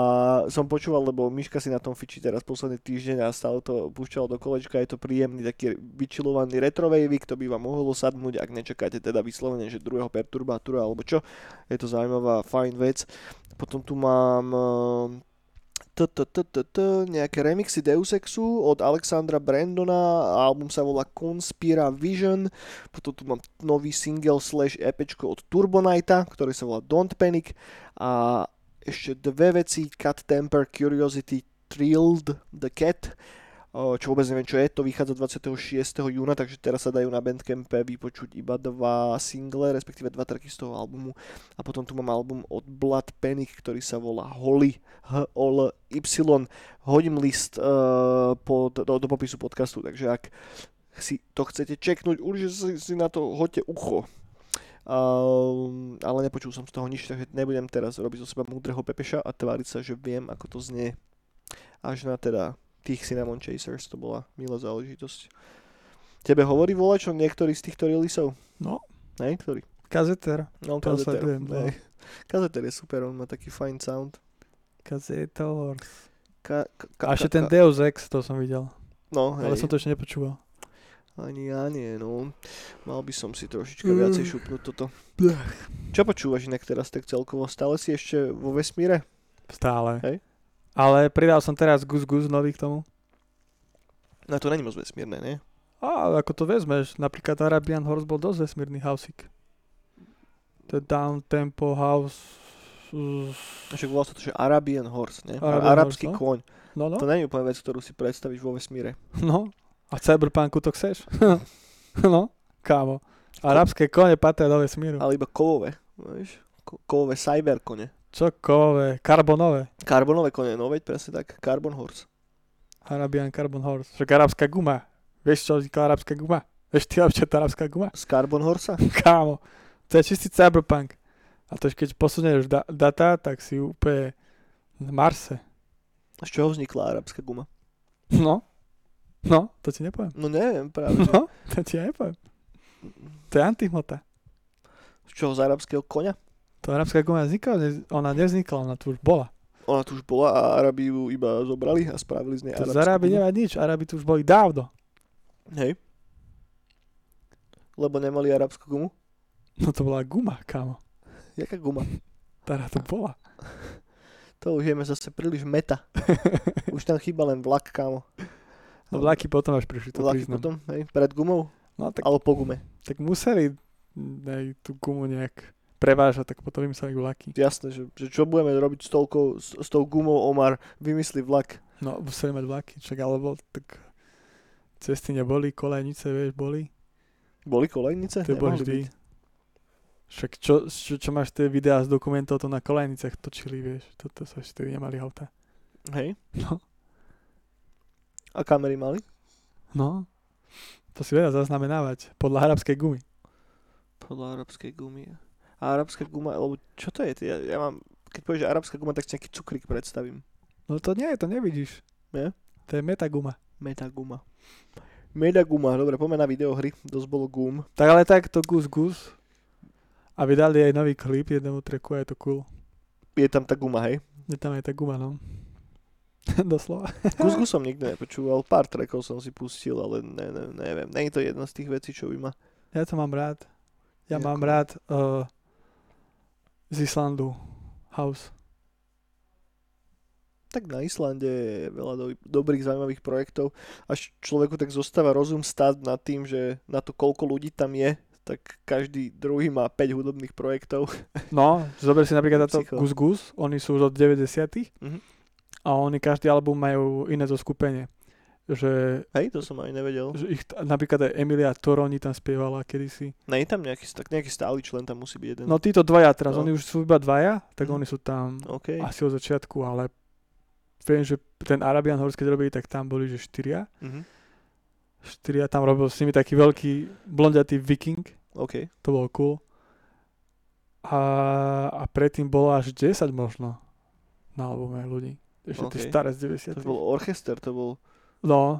som počúval, lebo Miška si na tom fičí teraz posledný týždeň a stále to púšťal do kolečka, je to príjemný taký vyčilovaný retrovejvik, to by vám mohlo sadnúť, ak nečakáte teda vyslovene, že druhého perturbátora alebo čo, je to zaujímavá, fajn vec. Potom tu mám ehm, t, t, t, t, t, nejaké remixy Deus Exu od Alexandra Brandona, album sa volá Conspira Vision, potom tu mám nový single slash EPčko od Turbonita, ktorý sa volá Don't Panic a ešte dve veci, Cut Temper, Curiosity, Trilled the Cat, o, čo vôbec neviem, čo je. To vychádza 26. júna, takže teraz sa dajú na Bandcampe vypočuť iba dva single, respektíve dva tracky z toho albumu. A potom tu mám album od Blood Panic, ktorý sa volá Holy, h o l y Hodím list eh, pod, do, do popisu podcastu, takže ak si to chcete čeknúť, určite si, si na to hoďte ucho. Um, ale nepočul som z toho nič, takže nebudem teraz robiť zo seba múdreho pepeša a tváriť sa, že viem, ako to znie. Až na teda tých Cinnamon Chasers, to bola milá záležitosť. Tebe hovorí volačo niektorý z týchto releaseov? No. Ne, ktorý? Kazeter. No, To sa Kazeter. viem, no. Hej. Kazeter je super, on má taký fajn sound. Kazetor. Ka, ka, ka, A ešte ten ka- Deus Ex, to som videl. No, hej. Ale som to ešte nepočúval. Ani ja nie, no. Mal by som si trošička Mm. viacej šupnúť toto. Čo počúvaš inak teraz tak celkovo? Stále si ešte vo vesmíre? Stále. Hej. Ale pridal som teraz Gus Gus nový k tomu. No to není moc vesmírne, ne? A ako to vezmeš, napríklad Arabian Horse bol dosť vesmírny hausik. To je down tempo house. Však volá sa to, že Arabian Horse, ne? Arabian Arabian Arabský horse, no. kôň. No, no, To není úplne vec, ktorú si predstavíš vo vesmíre. no. A v cyberpunku to chceš? <laughs> no, kámo. Arabské kone patria do vesmíru. Ale iba kovové, vieš? Ko- kovové cyber kone. Čo kové, karbonové. Karbonové kone, no veď presne tak. Carbon Horse. Arabian Carbon Horse. Však arabská guma. Vieš, čo vznikla arabská guma? Vieš, ty čo je tá arabská guma? <laughs> Z Carbon Horsa? Kámo, to je čistý cyberpunk. A to, keď posunieš da- data, tak si úplne na Marse. Z čoho vznikla arabská guma? No. No, to ti nepoviem. <laughs> No neviem práve. že- No, to ti ja nepoviem. To je antihmota. Z čoho z arabského koňa? To arabská guma vznikla, ne- ona nevznikla, ona tu už bola. Ona tu už bola a Arabi ju iba zobrali a spravili z nej To arabskú z Aráby gumu. nemá nič, Aráby tu už boli dávno. Hej. Lebo nemali arabskú gumu? No to bola guma, kámo. Jaká guma? Teda to bola. To už jeme zase príliš <laughs> meta. Už tam chýba len vlak, kámo. No vlaky potom až prišli, to Vlaky priznám. potom, hej, pred gumou, No tak, alebo po gume. tak museli aj tú gumu nejak prevážať, tak potom vymysleli vlaky. Jasné, že, že čo budeme robiť s, toľkou, s, s tou gumou, Omar, vymyslí vlak. No, museli mať vlaky, však alebo tak cesty neboli, kolejnice, vieš, boli. Boli kolejnice? To boli Nemohli vždy. byť. Však čo, čo, čo máš tie videá z dokumentov, to na kolejnicách točili, vieš, toto sa ešte vtedy nemali auta. Hej. No. A kamery mali? No, to si vedia zaznamenávať, podľa arabskej gumy. Podľa arabskej gumy. A arabská guma, alebo čo to je? Ty, ja, ja mám, keď povieš že arabská guma, tak si nejaký cukrík predstavím. No to nie, to nevidíš. Nie? To je metaguma. Metaguma. Metaguma, dobre, poďme na videohry. Dosť bolo gum. Tak ale tak to gus gus. A vydali aj nový klip jednému treku a je to cool. Je tam tá guma, hej. Je tam aj tá guma, no. <laughs> Doslova. Kuzgu som nikdy nepočúval, pár trekov som si pustil, ale ne, ne, neviem. Nie je to jedna z tých vecí, čo by ma... Ja to mám rád. Ja Jako- mám rád uh, z Islandu House. Tak na Islande je veľa do, dobrých, zaujímavých projektov. Až človeku tak zostáva rozum stáť nad tým, že na to, koľko ľudí tam je, tak každý druhý má 5 hudobných projektov. <laughs> No, zober si napríklad táto Psycho. Gus Gus, oni sú už od 90 Mhm. a oni každý album majú iné zoskupenie. Že, Hej, to som aj nevedel. že ich, t- napríklad aj Emilia Toroni tam spievala kedysi. Ne, je tam nejaký, tak nejaký stály člen, tam musí byť jeden. No títo dvaja teraz, No. oni už sú iba dvaja, tak Mhm. oni sú tam OK. asi od začiatku, ale viem, že ten Arabian Horse, keď robili, tak tam boli, že štyria. Mhm. Štyria tam robil s nimi taký veľký blondiatý viking. OK. To bolo cool. A, a predtým bolo až 10 možno na albume ľudí. Ešte okay. tie Okej. staré z To 90. bol orchester, to bol... No.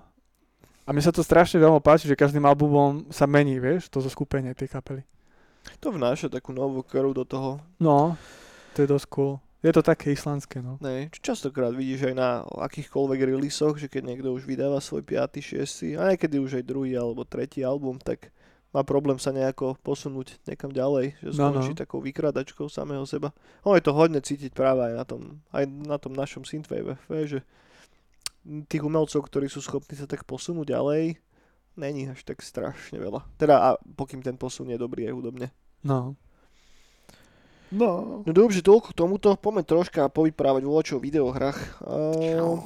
A mne sa to strašne veľmi páči, že každým albumom sa mení, vieš, to zo skupenie tej kapely. To vnáša takú novú krv do toho. No, to je dosť cool. Je to také islandské, no. Ne, čo častokrát vidíš aj na akýchkoľvek releaseoch, že keď niekto už vydáva svoj 5., 6. a niekedy už aj druhý alebo tretí album, tak má problém sa nejako posunúť niekam ďalej, že No, no. skončí takou vykradačkou samého seba. Ono je to hodne cítiť práve aj na tom, aj na tom našom synthwave, vieš, že tých umelcov, ktorí sú schopní sa tak posunúť ďalej, není až tak strašne veľa. Teda a pokým ten posun je dobrý aj hudobne. No. No. No dobre, toľko k tomuto. Poďme troška povyprávať voľačo o videohrách. Ehm,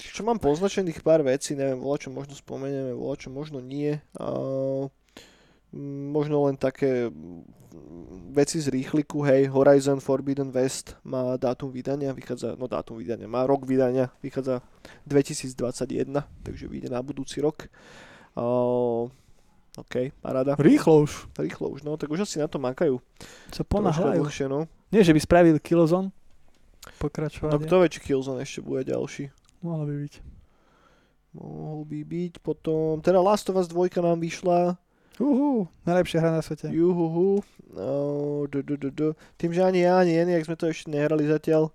čo mám poznačených pár vecí, neviem, voľačo možno spomenieme, voľačo možno nie. Ehm, m, možno len také mm, veci z rýchliku, hej, Horizon Forbidden West má dátum vydania, vychádza, no dátum vydania, má rok vydania, vychádza 2021, takže vyjde na budúci rok. Ehm, OK, paráda. Rýchlo už Rýchlo už, no, tak už asi na to makajú. sa Troška ponáhľajú. dlhšie, no. Nie, že by spravili kilozon pokračovanie. No kto vie, či Killzone ešte bude ďalší. Mohlo by byť. Mohol by byť potom... Teda Last of Us 2 nám vyšla. Uhú, najlepšia hra na svete. Juhuhu. No, du, du, du, du. Tým, že ani ja, ani Jenny, ak sme to ešte nehrali zatiaľ,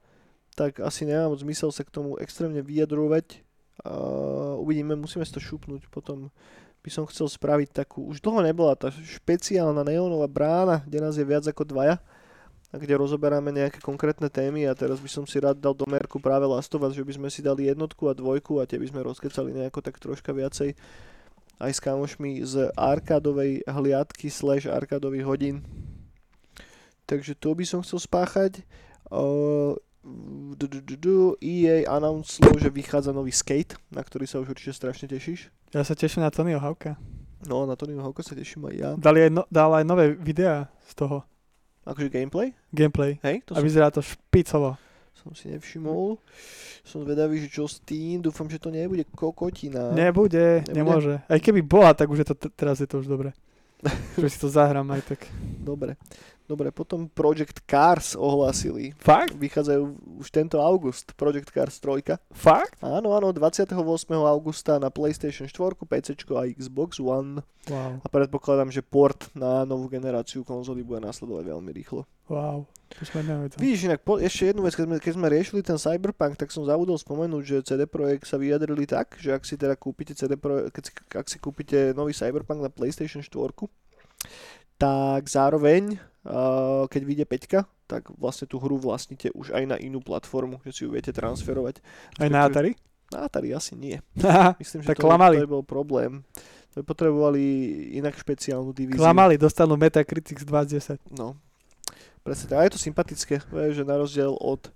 tak asi nemá moc zmysel sa k tomu extrémne vyjadrovať. Uh, uvidíme, musíme si to šupnúť. Potom by som chcel spraviť takú... Už dlho nebola tá špeciálna neónová brána, kde nás je viac ako dvaja a kde rozoberáme nejaké konkrétne témy a teraz by som si rád dal do merku práve Last of Us, že by sme si dali jednotku a dvojku a tie by sme rozkecali nejako tak troška viacej aj s kamošmi z arkádovej hliadky slash arkádových hodín. Takže to by som chcel spáchať. Uh, du- du- du- E du, EA announcelo, že vychádza nový skate, na ktorý sa už určite strašne tešíš. Ja sa teším na Tonyho Hawka. No, na Tonyho Hawka sa teším aj ja. Dali aj no, dal aj nové videá z toho Akože gameplay? gameplay. Hej, to a vyzerá to špicovo. som si nevšimol. Som zvedavý, že čo s tým. Dúfam, že to nebude kokotina. Nebude, Nebude? nemôže. Aj keby bola, tak už je to, t- teraz je to už <laughs> dobre. Že si to zahrám aj tak. Dobre. Dobre, potom Project Cars ohlásili. Fakt? Vychádzajú už tento august. Project Cars 3. Fakt? Áno, áno, 28. augusta na PlayStation 4, PC a Xbox One. Wow, A predpokladám, že port na novú generáciu konzoly bude nasledovať veľmi rýchlo. wow. To sme nevedeli. Vidíš, inak po, ešte jednu vec, keď sme, keď sme riešili ten Cyberpunk, tak som zabudol spomenúť, že CD Projekt sa vyjadrili tak, že ak si teda kúpite CD Projekt, keď si, ak si kúpite nový Cyberpunk na PlayStation 4, tak zároveň, uh, keď vyjde 5, tak vlastne tú hru vlastníte už aj na inú platformu, že si ju viete transferovať. Aj na Atari? Na Atari asi nie. Haha, Myslím, že Tak to, klamali. to je bol problém. To by potrebovali inak špeciálnu divíziu. <laughs> Klamali, dostanú Metacritics 20. No, presne tak. A je to sympatické, vieš, že na rozdiel od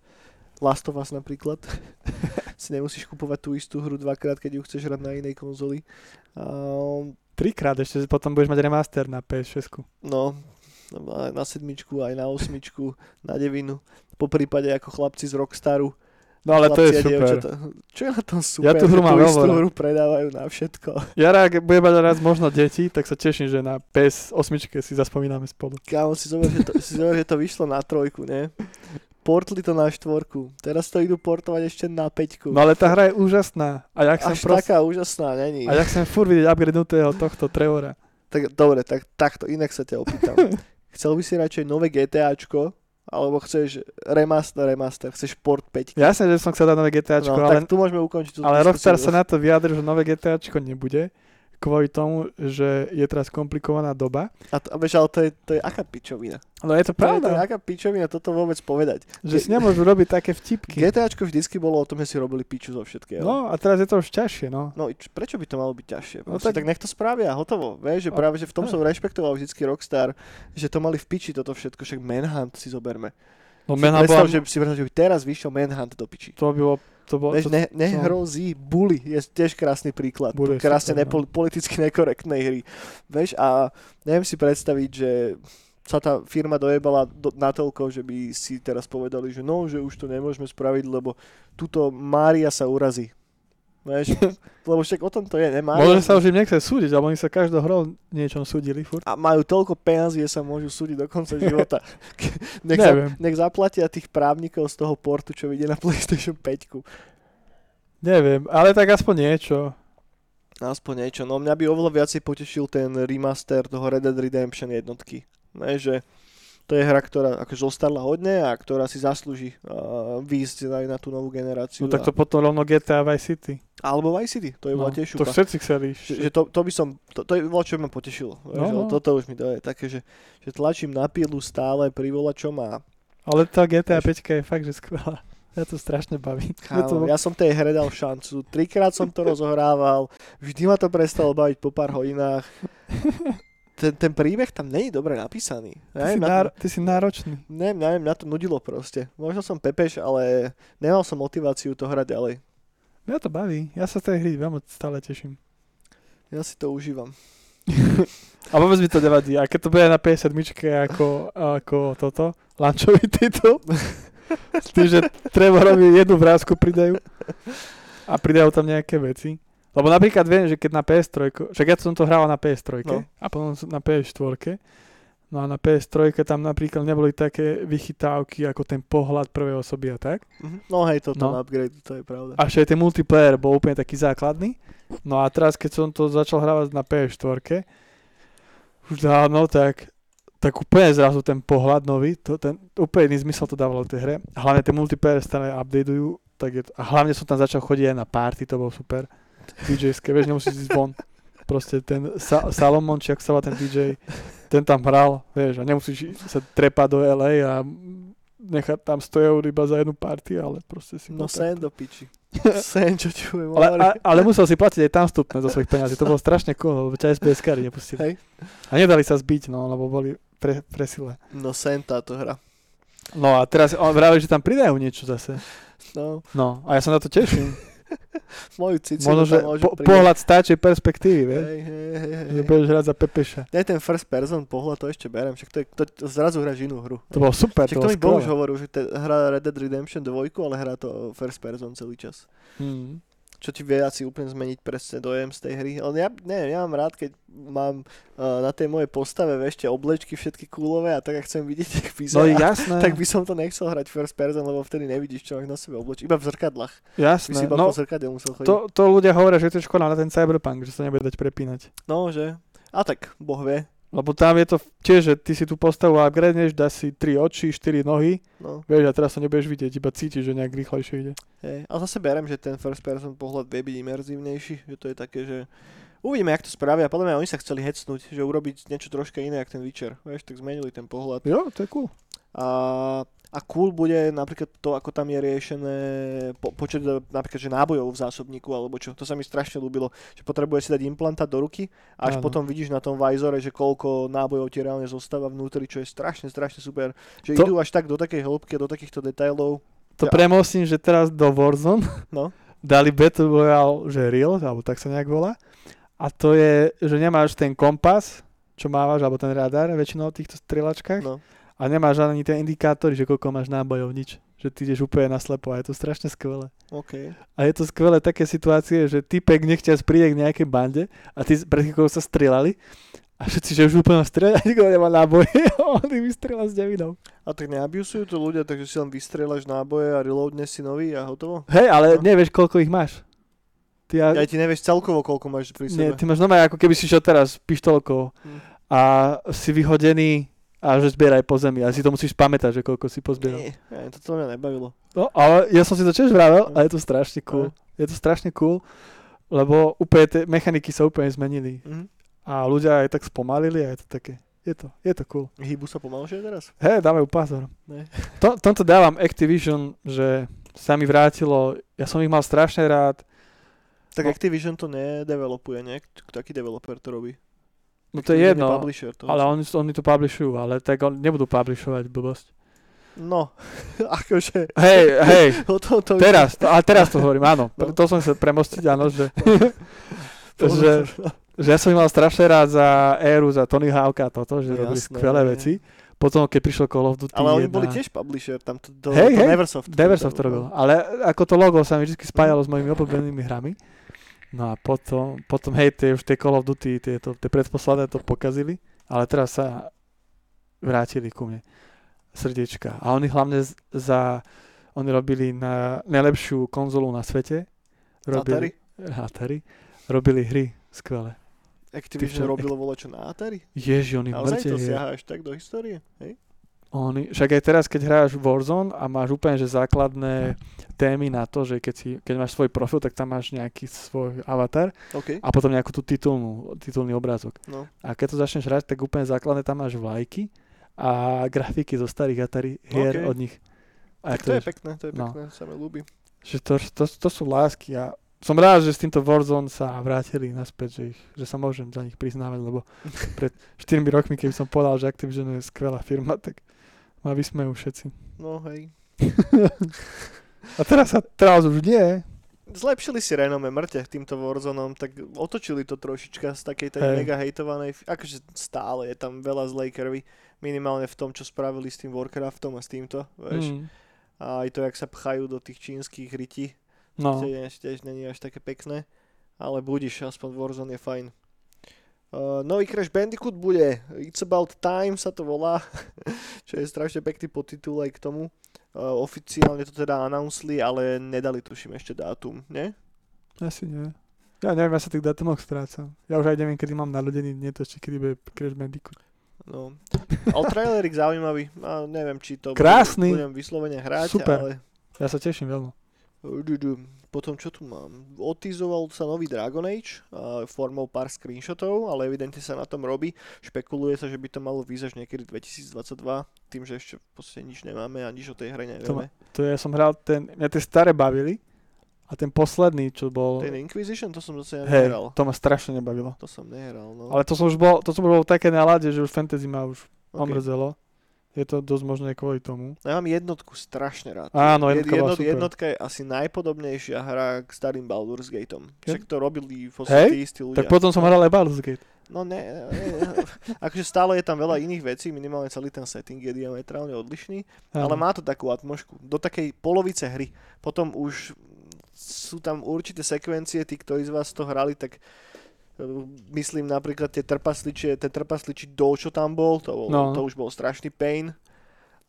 Last of Us napríklad, <laughs> si nemusíš kupovať tú istú hru dvakrát, keď ju chceš hrať na inej konzoli. Um, Trikrát ešte, potom budeš mať remaster na PS6. no, aj na sedmičku, aj na <laughs> osmičku, na devinu. Po prípade ako chlapci z Rockstaru. No ale to chlapci a je super. dievčatá. Čo je na tom super? tú že hru mám tú istú veľmi rád. hru predávajú na všetko. Jara, keď bude mať raz možno deti, tak sa teším, že na PS8 si zaspomíname spolu. Kámo, si zober, že to, si zober, že to vyšlo na trojku, ne? Portli to na štvorku. Teraz to idú portovať ešte na peťku. No ale tá hra je úžasná. A ja chcem Až proste... taká úžasná není. A ja chcem furt vidieť upgradenutého tohto Trevora. Tak, dobre, tak takto, inak sa ťa <laughs> opýtam. Chcel by si radšej nové GTAčko, alebo chceš remaster, remaster, chceš port 5. Jasné, že som chcel dať nové GTAčko, No, ale, tak tu môžeme ukončiť túto ale diskusiu. Rockstar sa na to vyjadril, že nové GTAčko nebude kvôli tomu, že je teraz komplikovaná doba. A, to, a vieš, ale to je, to je aká pičovina. No To je, to je to je pravda, aká pičovina toto vôbec povedať. že si nemôžu robiť také vtipky. GTAčko vždycky bolo o tom, že si robili piču zo všetkého. No a teraz je to už ťažšie, no. No i č- prečo by to malo byť ťažšie? No Proste, tak- tak... tak nech to spravia, hotovo. Vieš, že A- práve že v tom áno. som rešpektoval vždycky Rockstar, že to mali v piči toto všetko, však Manhunt si zoberme. No Si mena predstav, bola, že, si predstav, že by teraz vyšiel Manhunt do piči. to bolo, to bolo, Vieš, to, ne, nehrozí, bully je tiež krásny príklad, Bully Bully je krásne super, nepol, no. politicky nekorektnej hry. Vieš, a neviem si predstaviť, že sa tá firma dojebala do, natoľko, že by si teraz povedali, že no, že už to nemôžeme spraviť, lebo tuto Mária sa urazí. <laughs> Vieš, lebo však o tom to je, ne? Mária, možno sa už im nechce súdiť, alebo oni sa každou hrou niečom súdili furt. a majú toľko peniazí, že sa môžu súdiť do konca <laughs> života. Ke- nech, za, Neviem, nech zaplatia tých právnikov z toho portu, čo vyjde na PlayStation 5. neviem, ale tak aspoň niečo. Aspoň niečo. No mňa by oveľa viacej potešil ten remaster toho Red Dead Redemption jednotky. Ne, že to je hra, ktorá akože zostarla hodne a ktorá si zaslúži uh, výjsť aj na tú novú generáciu. No tak a, to potom rovno GTA Vice City. alebo Vice City, to je No, bola tiež to šupa. všetci chceli. Že, že to, to, by som, to, to je bolo, čo by ma potešilo. No, že, no. Toto už mi to je také, že, že tlačím na pílu stále pri čo má. Ale tá GTA 5 je fakt, že skvelá. Ja to strašne baví. Je to... Kámo, ja som tej hre dal šancu, <laughs> <laughs> trikrát som to rozohrával, vždy ma to prestalo baviť po pár hodinách. ten, ten príbeh tam není dobre napísaný. Ty, si, Neviem, na, náro- ty si náročný. neviem, neviem, mňa to nudilo proste. Možno som pepeš, ale nemal som motiváciu to hrať ďalej. Mňa to baví. Ja sa z tej hry veľmi stále teším. Ja si to užívam. A vôbec mi to nevadí. A keď to bude na 50 myčke ako, ako toto, lančový titul, s tým, že treba robiť jednu vrázku, pridajú a pridajú tam nejaké veci. Lebo napríklad viem, že keď na PS3, však ja som to hral na PS3 No. no. a potom som na PS4, no a na PS3 tam napríklad neboli také vychytávky ako ten pohľad prvej osoby a tak. Mhm. No hej, to tam No. upgrade, to je pravda. A ešte aj ten multiplayer bol úplne taký základný. No a teraz, keď som to začal hrávať na PS4, už dávno, tak, tak úplne zrazu ten pohľad nový, to, ten, úplne iný zmysel to dávalo tej hre. Hlavne ten multiplayer stále updateujú, tak je to, a hlavne som tam začal chodiť aj na party, to bol super. DJské, vieš, nemusíš ísť von. Proste ten Sa- Salomon, či ak sa volá ten DJ, ten tam hral, vieš, a nemusíš ísť sa trepať do LA a nechať tam 100 eur iba za jednu party, ale proste si... <laughs> No bol sen do piči. sen, čo ti budem ale, a, hovoriť. ale musel si platiť aj tam vstupné zo svojich peniazí. To bolo strašne cool, lebo ťa SBS kary nepustili. Hej. A nedali sa zbiť, no, lebo boli pre, presile. No sen táto hra. No a teraz on vraví, že tam pridajú niečo zase. No, No a ja sa na to teším. <laughs> moju cici Možno, že tam môže po, pridať. pohľad stáčej perspektívy, vieš? Hej, hej, hej, Že hej. budeš hrať za Pepeša. Ne, ten first person pohľad, to ešte berem, však to, je, to, to zrazu hráš inú hru. To bolo super, Však to to bolo mi bol skvelé. už hovoril, že te, hrá Red Dead Redemption 2, ale hrá to first person celý čas. Hmm. Čo ti vie asi úplne zmeniť presne dojem z tej hry. Ale ja, neviem, ja mám rád, keď mám uh, na tej mojej postave ešte oblečky všetky kúlové a tak, ak chcem vidieť, jak No vyzerá. jasné, <laughs> tak by som to nechcel hrať first person, lebo vtedy nevidíš, čo máš na sebe obleč. Iba v zrkadlách. By si jasné. iba no, No, po zrkadle musel chodiť. to, to ľudia hovoria, že to je škoda na ten cyberpunk, že sa nebude dať prepínať. No, že? A tak, boh vie. Lebo tam je to v- tiež, že ty si tú postavu upgradeneš, dáš si tri oči, štyri nohy No, Vieš, a teraz to nebudeš vidieť, iba cítiš, že nejak rýchlejšie ide. hej. A zase berem, že ten first person pohľad vie byť imerzívnejší, že to je také, že Uvidíme, jak to spravia. Podľa mňa oni sa chceli hecnúť, že urobiť niečo troška iné, ako ten Witcher. Vieš, tak zmenili ten pohľad. Jo, to je cool. A, a cool bude napríklad to, ako tam je riešené po, počet e, napríklad, že nábojov v zásobníku alebo čo. To sa mi strašne ľúbilo, že potrebuje si dať implantát do ruky a až Áno. potom vidíš na tom vajzore, že koľko nábojov ti reálne zostáva vnútri, čo je strašne, strašne super. Že To- idú až tak do takej hĺbky, do takýchto detailov. Ja. To ja. premostím, že teraz do <laughs> Warzone No. dali Battle Royale, že real, alebo tak sa nejak volá. A to je, že nemáš ten kompas, čo mávaš, alebo ten radar väčšinou v týchto strelačkách. No. A nemáš ani tie indikátory, že koľko máš nábojov, nič. Že ty ideš úplne naslepo a je to strašne skvelé. OK. A je to skvelé také situácie, že typek nechťa príde k nejakej bande a ty pred chvíľkou sa strelali a všetci, že už úplne <laughs> strieľa, nikto nemá náboje a on im vystrelá s devinou. A tak neabusujú to ľudia, takže si len vystrieľaš náboje a reloadne si nový a hotovo? Hej, No. ale nevieš, koľko ich máš. Ty, ja, Ja ti nevieš celkovo, koľko máš pri nie, sebe. ty máš normálne, ako keby si šiel teraz pištolkou Hm. a si vyhodený a že zbieraj po zemi. A si to musíš pamätať, že koľko si pozbieral. Nie, nie, toto mňa nebavilo. No, ale ja som si to tiež vravel Hm. a je to strašne cool. Je to strašne cool, lebo úplne tie mechaniky sa úplne zmenili. Mhm. A ľudia aj tak spomalili a je to také. Je to, je to cool. Hýbu sa pomalšie teraz? Hej, dáme upázor. Ne. To, tomto dávam Activision, že sa mi vrátilo, ja som ich mal strašne rád, Tak No. Activision to nedevelopuje, nie? K- Taký developer to robí. no to je Activision jedno, Publisher to. Ale oni, oni to publishujú, ale tak on, nebudú publishovať blbosť. No, <laughs> akože... Hej, <laughs> hej, O to, to teraz, to, a teraz to hovorím, áno. No. No. To som sa premostiť, áno, že, <laughs> To, že, že ja som ich mal strašne rád za Eru, za Tony Hawka a toto, že No robili jasné, skvelé hej. veci. Potom, keď prišlo Call of Duty ale oni 1, boli tiež publisher, tam to, to, to Hej, hej, Neversoft. no, Deversoft to robil, ale ako to logo sa mi vždy spájalo s mojimi obľúbenými hrami. No a potom, potom hej, tie, už tie Call of Duty, tie, to, tie predposledné to pokazili, ale teraz sa vrátili ku mne srdiečka. A oni hlavne z- za, oni robili na najlepšiu konzolu na svete. Atari? Robili, Atari? Atari. Robili hry, skvelé. Activision Ty čo, robilo volečo na Atari? Ježi, oni Ale mŕte to hier. siaha až tak do histórie, hej? Oni, však aj teraz, keď hráš Warzone a máš úplne že základné témy na to, že keď, si, keď máš svoj profil, tak tam máš nejaký svoj avatar OK, a potom nejakú tú titulnú, titulný obrázok. no. A keď to začneš hrať, tak úplne základné tam máš vlajky a grafiky zo starých Atari OK. hier od nich. A Tak to je že- pekné, to je no. pekné, sa mi ľúbi. že to, to, to sú lásky a som rád, že s týmto Warzone sa vrátili naspäť, že, ich, že sa môžem za nich priznávať, <laughs> lebo pred 4 rokmi, keby som povedal, že Activision je skvelá firma, tak ma vysmejú všetci. No hej. A teraz sa teraz už nie. Zlepšili si renome mŕte týmto Warzonom, tak otočili to trošička z takej tej Hej. mega hejtovanej, f- akože stále je tam veľa zlej krvi, minimálne v tom, čo spravili s tým Warcraftom a s týmto, vieš. Mm. Mm. A aj to, jak sa pchajú do tých čínskych rytí, No, no. tiež, tiež není až také pekné, ale budiš, aspoň Warzone je fajn. Uh, nový Crash Bandicoot bude, It's About Time sa to volá, <laughs> čo je strašne pekný podtitul aj k tomu. Uh, oficiálne to teda announceli, ale nedali tuším ešte dátum, ne? asi nie. Ja neviem, ja sa tých datumoch strácam. Ja už aj neviem, kedy mám narodeniny, nie to ešte kedy bude Crash Bandicoot. No. Ale trailerik zaujímavý, a neviem či to Krásny. budem vyslovene hrať, Super. ale Ja sa teším veľmi. Du, du. Potom čo tu mám? Otizoval sa nový Dragon Age a formou pár screenshotov, ale evidentne sa na tom robí. Špekuluje sa, že by to malo výzaž niekedy 2022, tým, že ešte v podstate nič nemáme a nič o tej hre nevieme. To ja som hral ten, mňa tie staré bavili a ten posledný, čo bol, Ten Inquisition, to som zase ja hej, nehral. to ma strašne nebavilo. To som nehral, no. Ale to som už bol, to som bol v také nálade, že už fantasy ma už Ok. No, omrzelo. Je to dosť možné kvôli tomu. Ja mám jednotku strašne rád. Áno, Jed- jednotka bola jednot- super. jednotka je asi najpodobnejšia hra k starým Baldur's Gateom. Však to robili v Hej, podstate tí istí ľudia. Tak potom som hral aj Baldur's Gate. No ne, ne, ne, akože stále je tam veľa iných vecí, minimálne celý ten setting je diametrálne odlišný, ale má to takú atmošku, do takej polovice hry. Potom už sú tam určité sekvencie, tí, ktorí z vás to hrali, tak e, myslím napríklad tie trpasličie, ten trpasličí do, čo tam bol, to, bol no. No. to už bol strašný pain.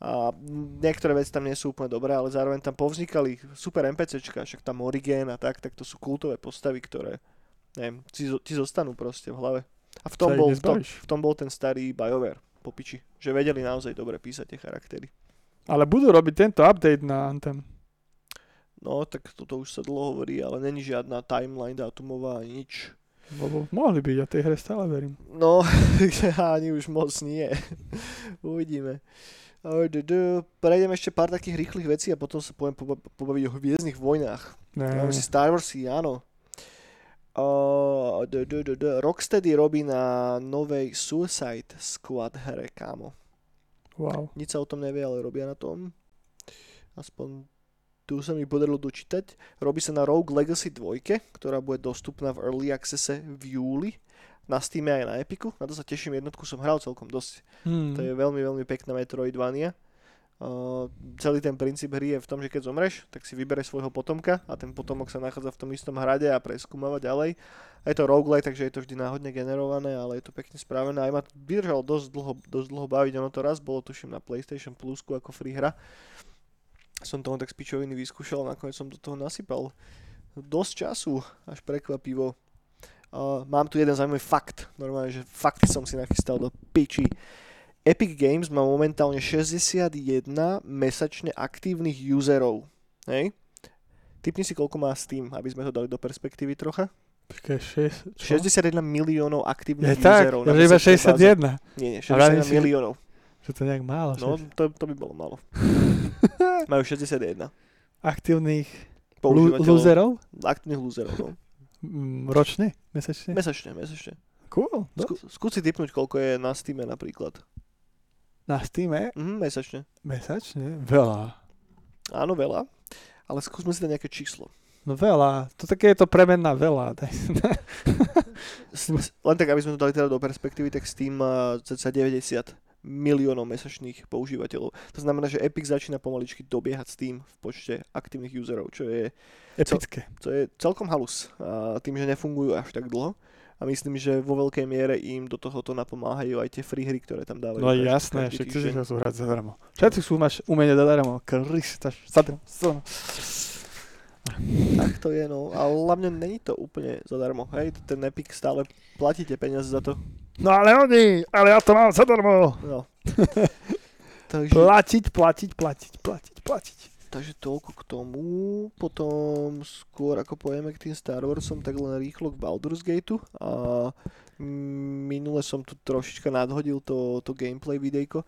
A niektoré veci tam nie sú úplne dobré, ale zároveň tam povznikali super NPCčka, však tam Origen a tak, tak to sú kultové postavy, ktoré neviem, ti, zo- ti zostanú proste v hlave. A v tom, Sa ich bol, v, tom, nezbavíš. v tom bol ten starý BioWare po piči, že vedeli naozaj dobre písať tie charaktery. Ale budú robiť tento update na Anthem. No, tak toto už sa dlho hovorí, ale není žiadna timeline dátumová ani nič. Lebo mohli byť, ja tej hre stále verím. No, <laughs> ani už moc nie. <laughs> Uvidíme. Oj, du, du. Prejdem ešte pár takých rýchlych vecí a potom sa poviem poba- pobaviť o hviezdnych vojnách. Ne, Mám si Star Warsy, áno. Uh, d, d, d, d. Rocksteady robí na novej Suicide Squad hre, kámo. wow. Nič sa o tom nevie, ale robia na tom. Aspoň tu sa mi podarilo dočítať. Robí sa na Rogue Legacy 2, ktorá bude dostupná v Early Accesse v júli. Na Steam aj na Epiku. Na to sa teším, jednotku som hral celkom dosť. Hmm. To je veľmi, veľmi pekná Metroidvania. Uh, celý ten princíp hry je v tom, že keď zomreš, tak si vybereš svojho potomka a ten potomok sa nachádza v tom istom hrade a preskúmava ďalej. A je to roguelike, takže je to vždy náhodne generované, ale je to pekne spravené. Aj ma to vydržalo dosť dlho, dosť dlho baviť, ono to raz bolo tuším na PlayStation Plusku ako free hra. Som toho tak z pičoviny vyskúšal, nakoniec som do toho nasypal dosť času, až prekvapivo. Uh, mám tu jeden zaujímavý fakt, normálne, že fakty som si nachystal do piči. Epic Games má momentálne 61 mesačne aktívnych userov. Hej? Typni si, koľko má Steam, aby sme to dali do perspektívy trocha. Počkaj, šesť, čo? 61 miliónov aktívnych Je tak, userov. že iba mesačnej báze. 61. Nie, nie, A vravím 61 si, že- miliónov. Že to je nejak málo. No, No. to, to by bolo <laughs> malo. Majú 61 Aktívnych lu- používateľov. loserov? Aktívnych lúzerov, no. Mm, Ročne? Mesačne? Mesačne, mesačne. Cool. No. Skú, skúsi typnúť, koľko je na Steam napríklad. Na Steam Mhm, mesačne. mesačne? Veľa. Áno, veľa. Ale skúsme si dať nejaké číslo. No veľa. To také je to premen na veľa. <laughs> Daj si- S- s- Len tak, aby sme to dali teda do perspektívy, tak Steam má cca 90 miliónov mesačných používateľov. To znamená, že Epic začína pomaličky dobiehať Steam v počte aktívnych userov, čo je, Epické. čo je celkom halus. A tým, že nefungujú až tak dlho. A myslím, že vo veľkej miere im do tohoto napomáhajú aj tie free hry, ktoré tam dávajú. No každý- jasné, každý všetci si <laughs> týždeň. to sú hrať zadarmo. Všetci sú máš umenie zadarmo. Krista, sadrm, sadrm. Tak to je, no. Ale hlavne není to úplne zadarmo. Hej, ten Epic stále platíte peniaze za to. No ale oni, ale ja to mám zadarmo. <laughs> No. Takže... Platiť, platiť, platiť, platiť, platiť. Takže toľko k tomu. Potom skôr ako pojeme k tým Star Warsom, tak len rýchlo k Baldur's Gateu. A mm, minule som tu trošička nadhodil to, to gameplay videjko,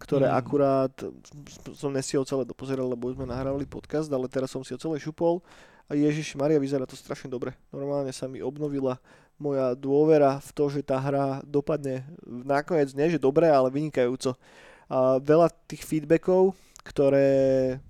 ktoré Mm. mm. akurát som- som si ho celé dopozeral, lebo už sme nahrávali podcast, ale teraz som si ho celé šupol a A Ježiš Maria, vyzerá to strašne dobre. Normálne sa mi obnovila moja dôvera v to, že tá hra dopadne nakoniec nie, že dobre, ale vynikajúco. A veľa tých feedbackov, ktoré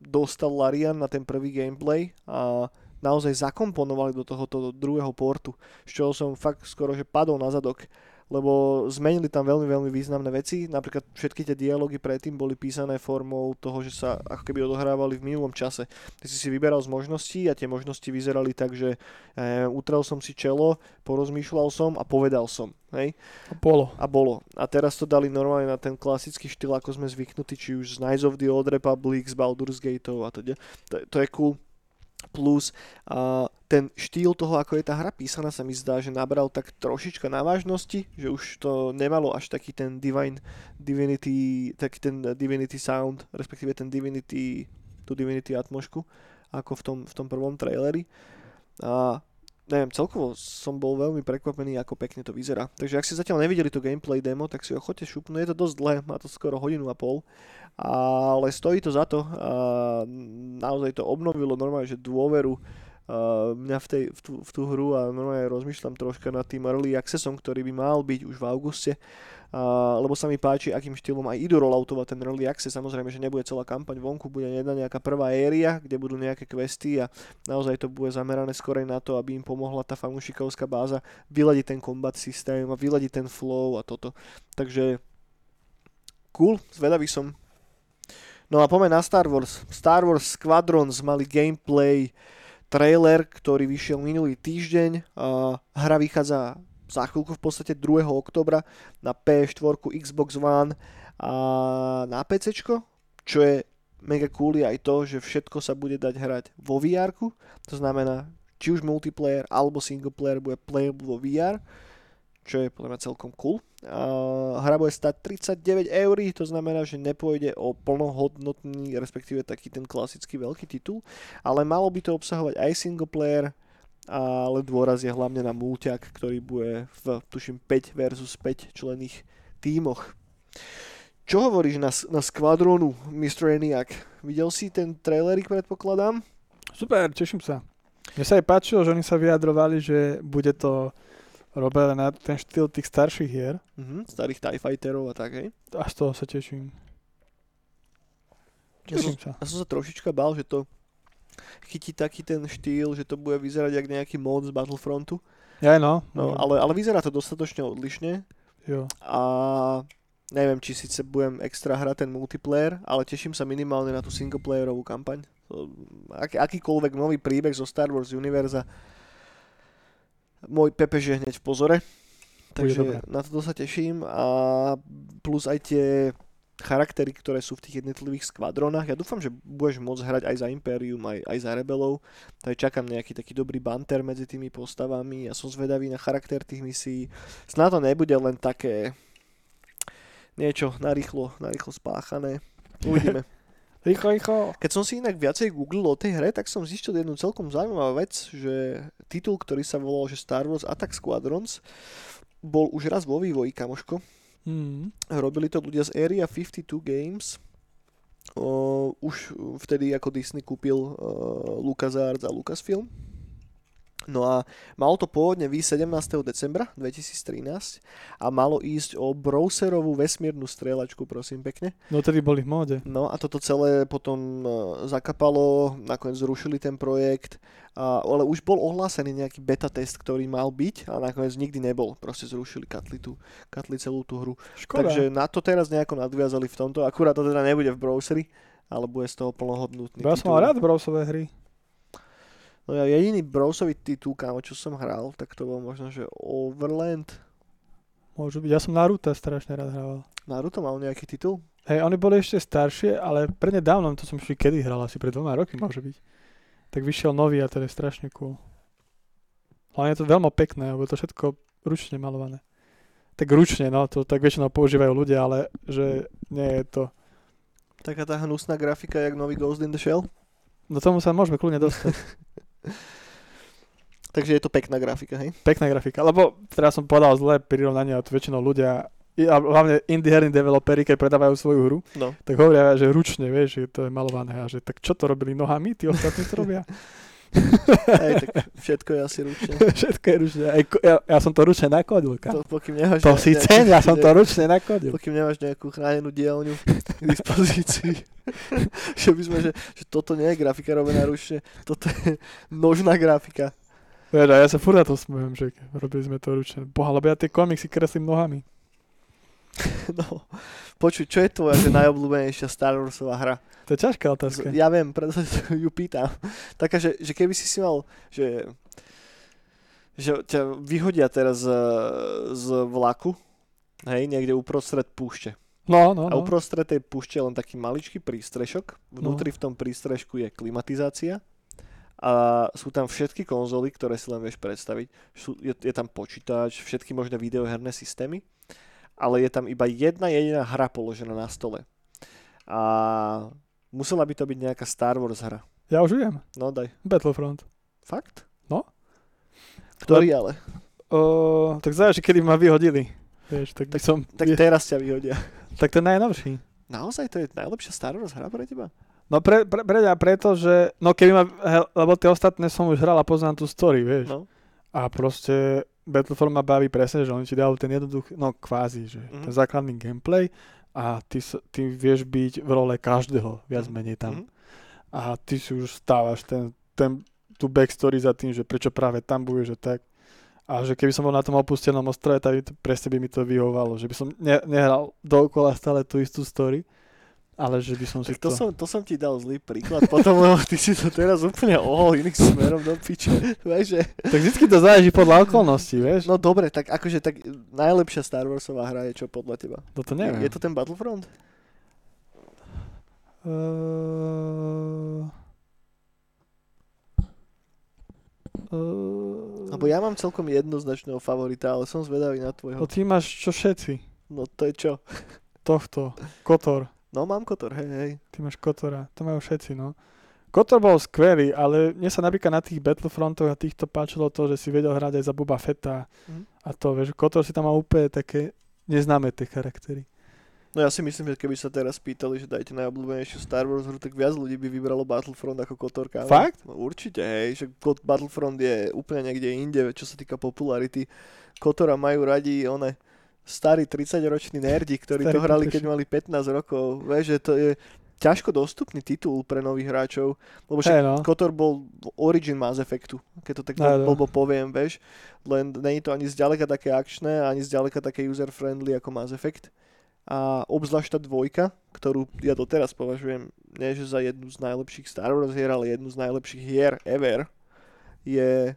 dostal Larian na ten prvý gameplay a naozaj zakomponovali do tohoto druhého portu, z čoho som fakt skoro, že padol na zadok lebo zmenili tam veľmi, veľmi významné veci. Napríklad všetky tie dialógy predtým boli písané formou toho, že sa ako keby odohrávali v minulom čase. Ty si si vyberal z možností a tie možnosti vyzerali tak, že e, utrel som si čelo, porozmýšľal som a povedal som. Hej? Apollo. A bolo. A teraz to dali normálne na ten klasický štýl, ako sme zvyknutí, či už z Knights of the Old Republic, z Baldur's Gateov a teda. To, to je cool plus a ten štýl toho, ako je tá hra písaná, sa mi zdá, že nabral tak trošička na vážnosti, že už to nemalo až taký ten Divine Divinity, taký ten Divinity Sound, respektíve ten Divinity, tú Divinity atmošku, ako v tom, v tom prvom traileri. A neviem, celkovo som bol veľmi prekvapený, ako pekne to vyzerá. Takže ak ste zatiaľ nevideli to gameplay demo, tak si ho chodte šupnúť. Je to dosť dlhé, má to skoro hodinu a pol, ale stojí to za to. A naozaj to obnovilo normálne, že dôveru a mňa v, tej, v, tú, v tú hru a normálne rozmýšľam troška nad tým early accessom, ktorý by mal byť už v auguste, a, lebo sa mi páči, akým štýlom aj idú rolloutovať ten early access. Samozrejme, že nebude celá kampaň vonku, bude jedna nejaká prvá éria, kde budú nejaké questy a naozaj to bude zamerané skorej na to, aby im pomohla tá fanúšikovská báza vyladiť ten kombat systém a vyladiť ten flow a toto. Takže cool, zvedavý som. No a poďme na Star Wars. Star Wars Squadrons mali gameplay trailer, ktorý vyšiel minulý týždeň. Uh, hra vychádza za chvíľku v podstate 2. oktobra na PS4, Xbox One a na PC, čo je mega cool je aj to, že všetko sa bude dať hrať vo vr to znamená, či už multiplayer alebo single player bude playable vo VR, čo je podľa mňa celkom cool. Uh, hra bude stať 39 eur, to znamená, že nepôjde o plnohodnotný, respektíve taký ten klasický veľký titul, ale malo by to obsahovať aj single player, ale dôraz je hlavne na mulťak, ktorý bude v, tuším, 5 versus 5 člených tímoch. Čo hovoríš na, na Squadronu, Mr. Eniak? Videl si ten trailerik, predpokladám? Super, teším sa. Mne sa aj páčilo, že oni sa vyjadrovali, že bude to robené na ten štýl tých starších hier. Mhm, starých TIE Fighterov a tak, hej? A z toho sa teším. Ja som, Teším sa. ja som sa trošička bál, že to chytí taký ten štýl, že to bude vyzerať jak nejaký mod z Battlefrontu, Ja no. no, ale, ale vyzerá to dostatočne odlišne Jo. a neviem, či síce budem extra hrať ten multiplayer, ale teším sa minimálne na tú singleplayerovú kampaň. To- Ak, akýkoľvek nový príbeh zo Star Wars univerza môj Pepe je hneď v pozore. Bude dobré. Takže na toto sa teším a plus aj tie charaktery, ktoré sú v tých jednotlivých skvadronách. Ja dúfam, že budeš môcť hrať aj za Imperium, aj, aj za Rebelov. Tak čakám nejaký taký dobrý banter medzi tými postavami. Ja som zvedavý na charakter tých misií. Snáď to nebude len také niečo narýchlo, narýchlo spáchané. Uvidíme. Rýchlo, rýchlo. Keď som si inak viacej googlil o tej hre, tak som zistil jednu celkom zaujímavú vec, že titul, ktorý sa volal že Star Wars Attack Squadrons, bol už raz vo vývoji, kamoško. Mm. Robili to ľudia z Area 52 Games. O, už vtedy ako Disney kúpil uh, LucasArts a Lucasfilm. No a malo to pôvodne výjsť 17. decembra 2013 a malo ísť o browserovú vesmírnu strelačku, prosím pekne. No tedy boli v móde. No a toto celé potom e, zakapalo, nakoniec zrušili ten projekt, a, ale už bol ohlásený nejaký beta test, ktorý mal byť a nakoniec nikdy nebol. Proste zrušili katli, tú, katli celú tú hru. Škoda. Takže na to teraz nejako nadviazali v tomto, akurát to teda nebude v browseri, ale bude z toho plnohodnotný Bo ja som mal rád browsové hry. No ja jediný browsový titul, kámo, čo som hral, tak to bol možno, že Overland. Môžu byť. Ja som Naruto strašne rád hrával. Naruto mal nejaký titul? Hej, oni boli ešte staršie, ale prednedávnom, to som ešte kedy hral, asi pred dvoma roky môže byť. Tak vyšiel nový a to je strašne cool. Hlavne je to veľmi pekné, lebo je to všetko ručne malované. Tak ručne, no, to tak väčšinou používajú ľudia, ale že nie je to... Taká tá hnusná grafika, jak nový Ghost in the Shell. Do No tomu sa môžeme kľudne <laughs> dostať. Takže je to pekná grafika, hej? Pekná grafika, lebo teraz som povedal zlé prirovnanie, a to väčšinou ľudia, i- a hlavne indie herní developeri, keď predávajú svoju hru, No. tak hovoria, že ručne, vieš, že to je malované a že tak čo to robili nohami, tí ostatní to robia. <laughs> Hej, tak všetko je asi ručne. <laughs> Všetko je ručne. Aj, ko- ja, ja som to ručne To, nakodil, kam. pokým nemáš To ne- si <laughs> ne- ceň, ja som ne- to ručne nakodil. Pokým nemáš nejakú chránenú dielňu k dispozícii. <laughs> že by sme, že, že toto nie je grafika robená ručne, toto je nožná grafika. <laughs> Vieš, a ja sa furt na to smujem, že robili sme to ručne. Boha, lebo ja tie komiksy kreslím nohami. No, počuj, čo je tvoja že najobľúbenejšia Star Warsová hra? To je ťažká otázka. Ja viem, preto sa ju pýtam. <laughs> Taká, že, že keby si si mal, že, že ťa vyhodia teraz z, z vlaku, hej, niekde uprostred púšte. No, no, A no. uprostred tej púšte je len taký maličký prístrešok. Vnútri v tom prístrešku je klimatizácia. A sú tam všetky konzoly, ktoré si len vieš predstaviť. Sú, je, je tam počítač, všetky možné videoherné systémy. Ale je tam iba jedna jediná hra položená na stole. A musela by to byť nejaká Star Wars hra. Ja už viem. No daj. Battlefront. Fakt? No. Ktorý ale? O, tak záleží, kedy ma vyhodili. Vieš, tak, by som... Tak teraz ťa vyhodia. tak to je najnovší. Naozaj to je najlepšia Star Wars hra pre teba? No pre, pre, pre, mňa preto, že... No keby ma... he, Lebo tie ostatné som už hral a poznám tú story, vieš. No. A proste Battlefront ma baví presne, že oni ti dajú ten jednoduchý, no kvázi, že Mhm. ten základný gameplay a ty, s- ty vieš byť v role každého, viac Mhm. menej tam. Mhm. A ty si už stávaš ten, ten, tú backstory za tým, že prečo práve tam budeš a tak. A že keby som bol na tom opustenom ostrove, tak by to, presne by mi to vyhovalo, že by som ne, nehral dookola stále tú istú story, ale že by som si No Tak to, som, to som ti dal zlý príklad potom, lebo ty si to teraz úplne ohol iným smerom do piče. Vieš, že... Tak vždycky to záleží podľa okolností, vieš? No No, dobre, tak akože tak najlepšia Star Warsová hra je čo podľa teba? Toto No neviem. Je to ten Battlefront? Uh... Lebo ja mám celkom jednoznačného favorita, ale som zvedavý na No tvojho. ty máš čo všetci? No to je čo? Tohto. Kotor. No mám Kotor, hej, hej. Ty máš Kotora. To majú všetci, no. Kotor bol skvelý, ale mne sa napríklad na tých Battlefrontoch a týchto páčilo to, že si vedel hrať aj za Boba Fetta Mhm. a to, vieš, Kotor si tam má úplne také neznáme tie charaktery. No ja si myslím, že keby sa teraz pýtali, že dajte najobľúbenejšiu Star Wars hru, tak viac ľudí by vybralo Battlefront ako Kotor. kámo. Fakt? No určite, hej, že Kot- Battlefront je úplne niekde inde, čo sa týka popularity. Kotora majú radi one starí 30-roční nerdi, ktorí Starí to hrali, keď pipeši. mali 15 rokov. Vieš, že to je ťažko dostupný titul pre nových hráčov, lebo však Hej, no. Kotor bol origin Mass Effectu, keď to tak Áno. blbo poviem, vieš. Len není to ani zďaleka také akčné, ani zďaleka také user-friendly ako Mass Effect. A obzvlášť tá dvojka, ktorú ja doteraz považujem nie že za jednu z najlepších Star Wars hier, ale jednu z najlepších hier ever, je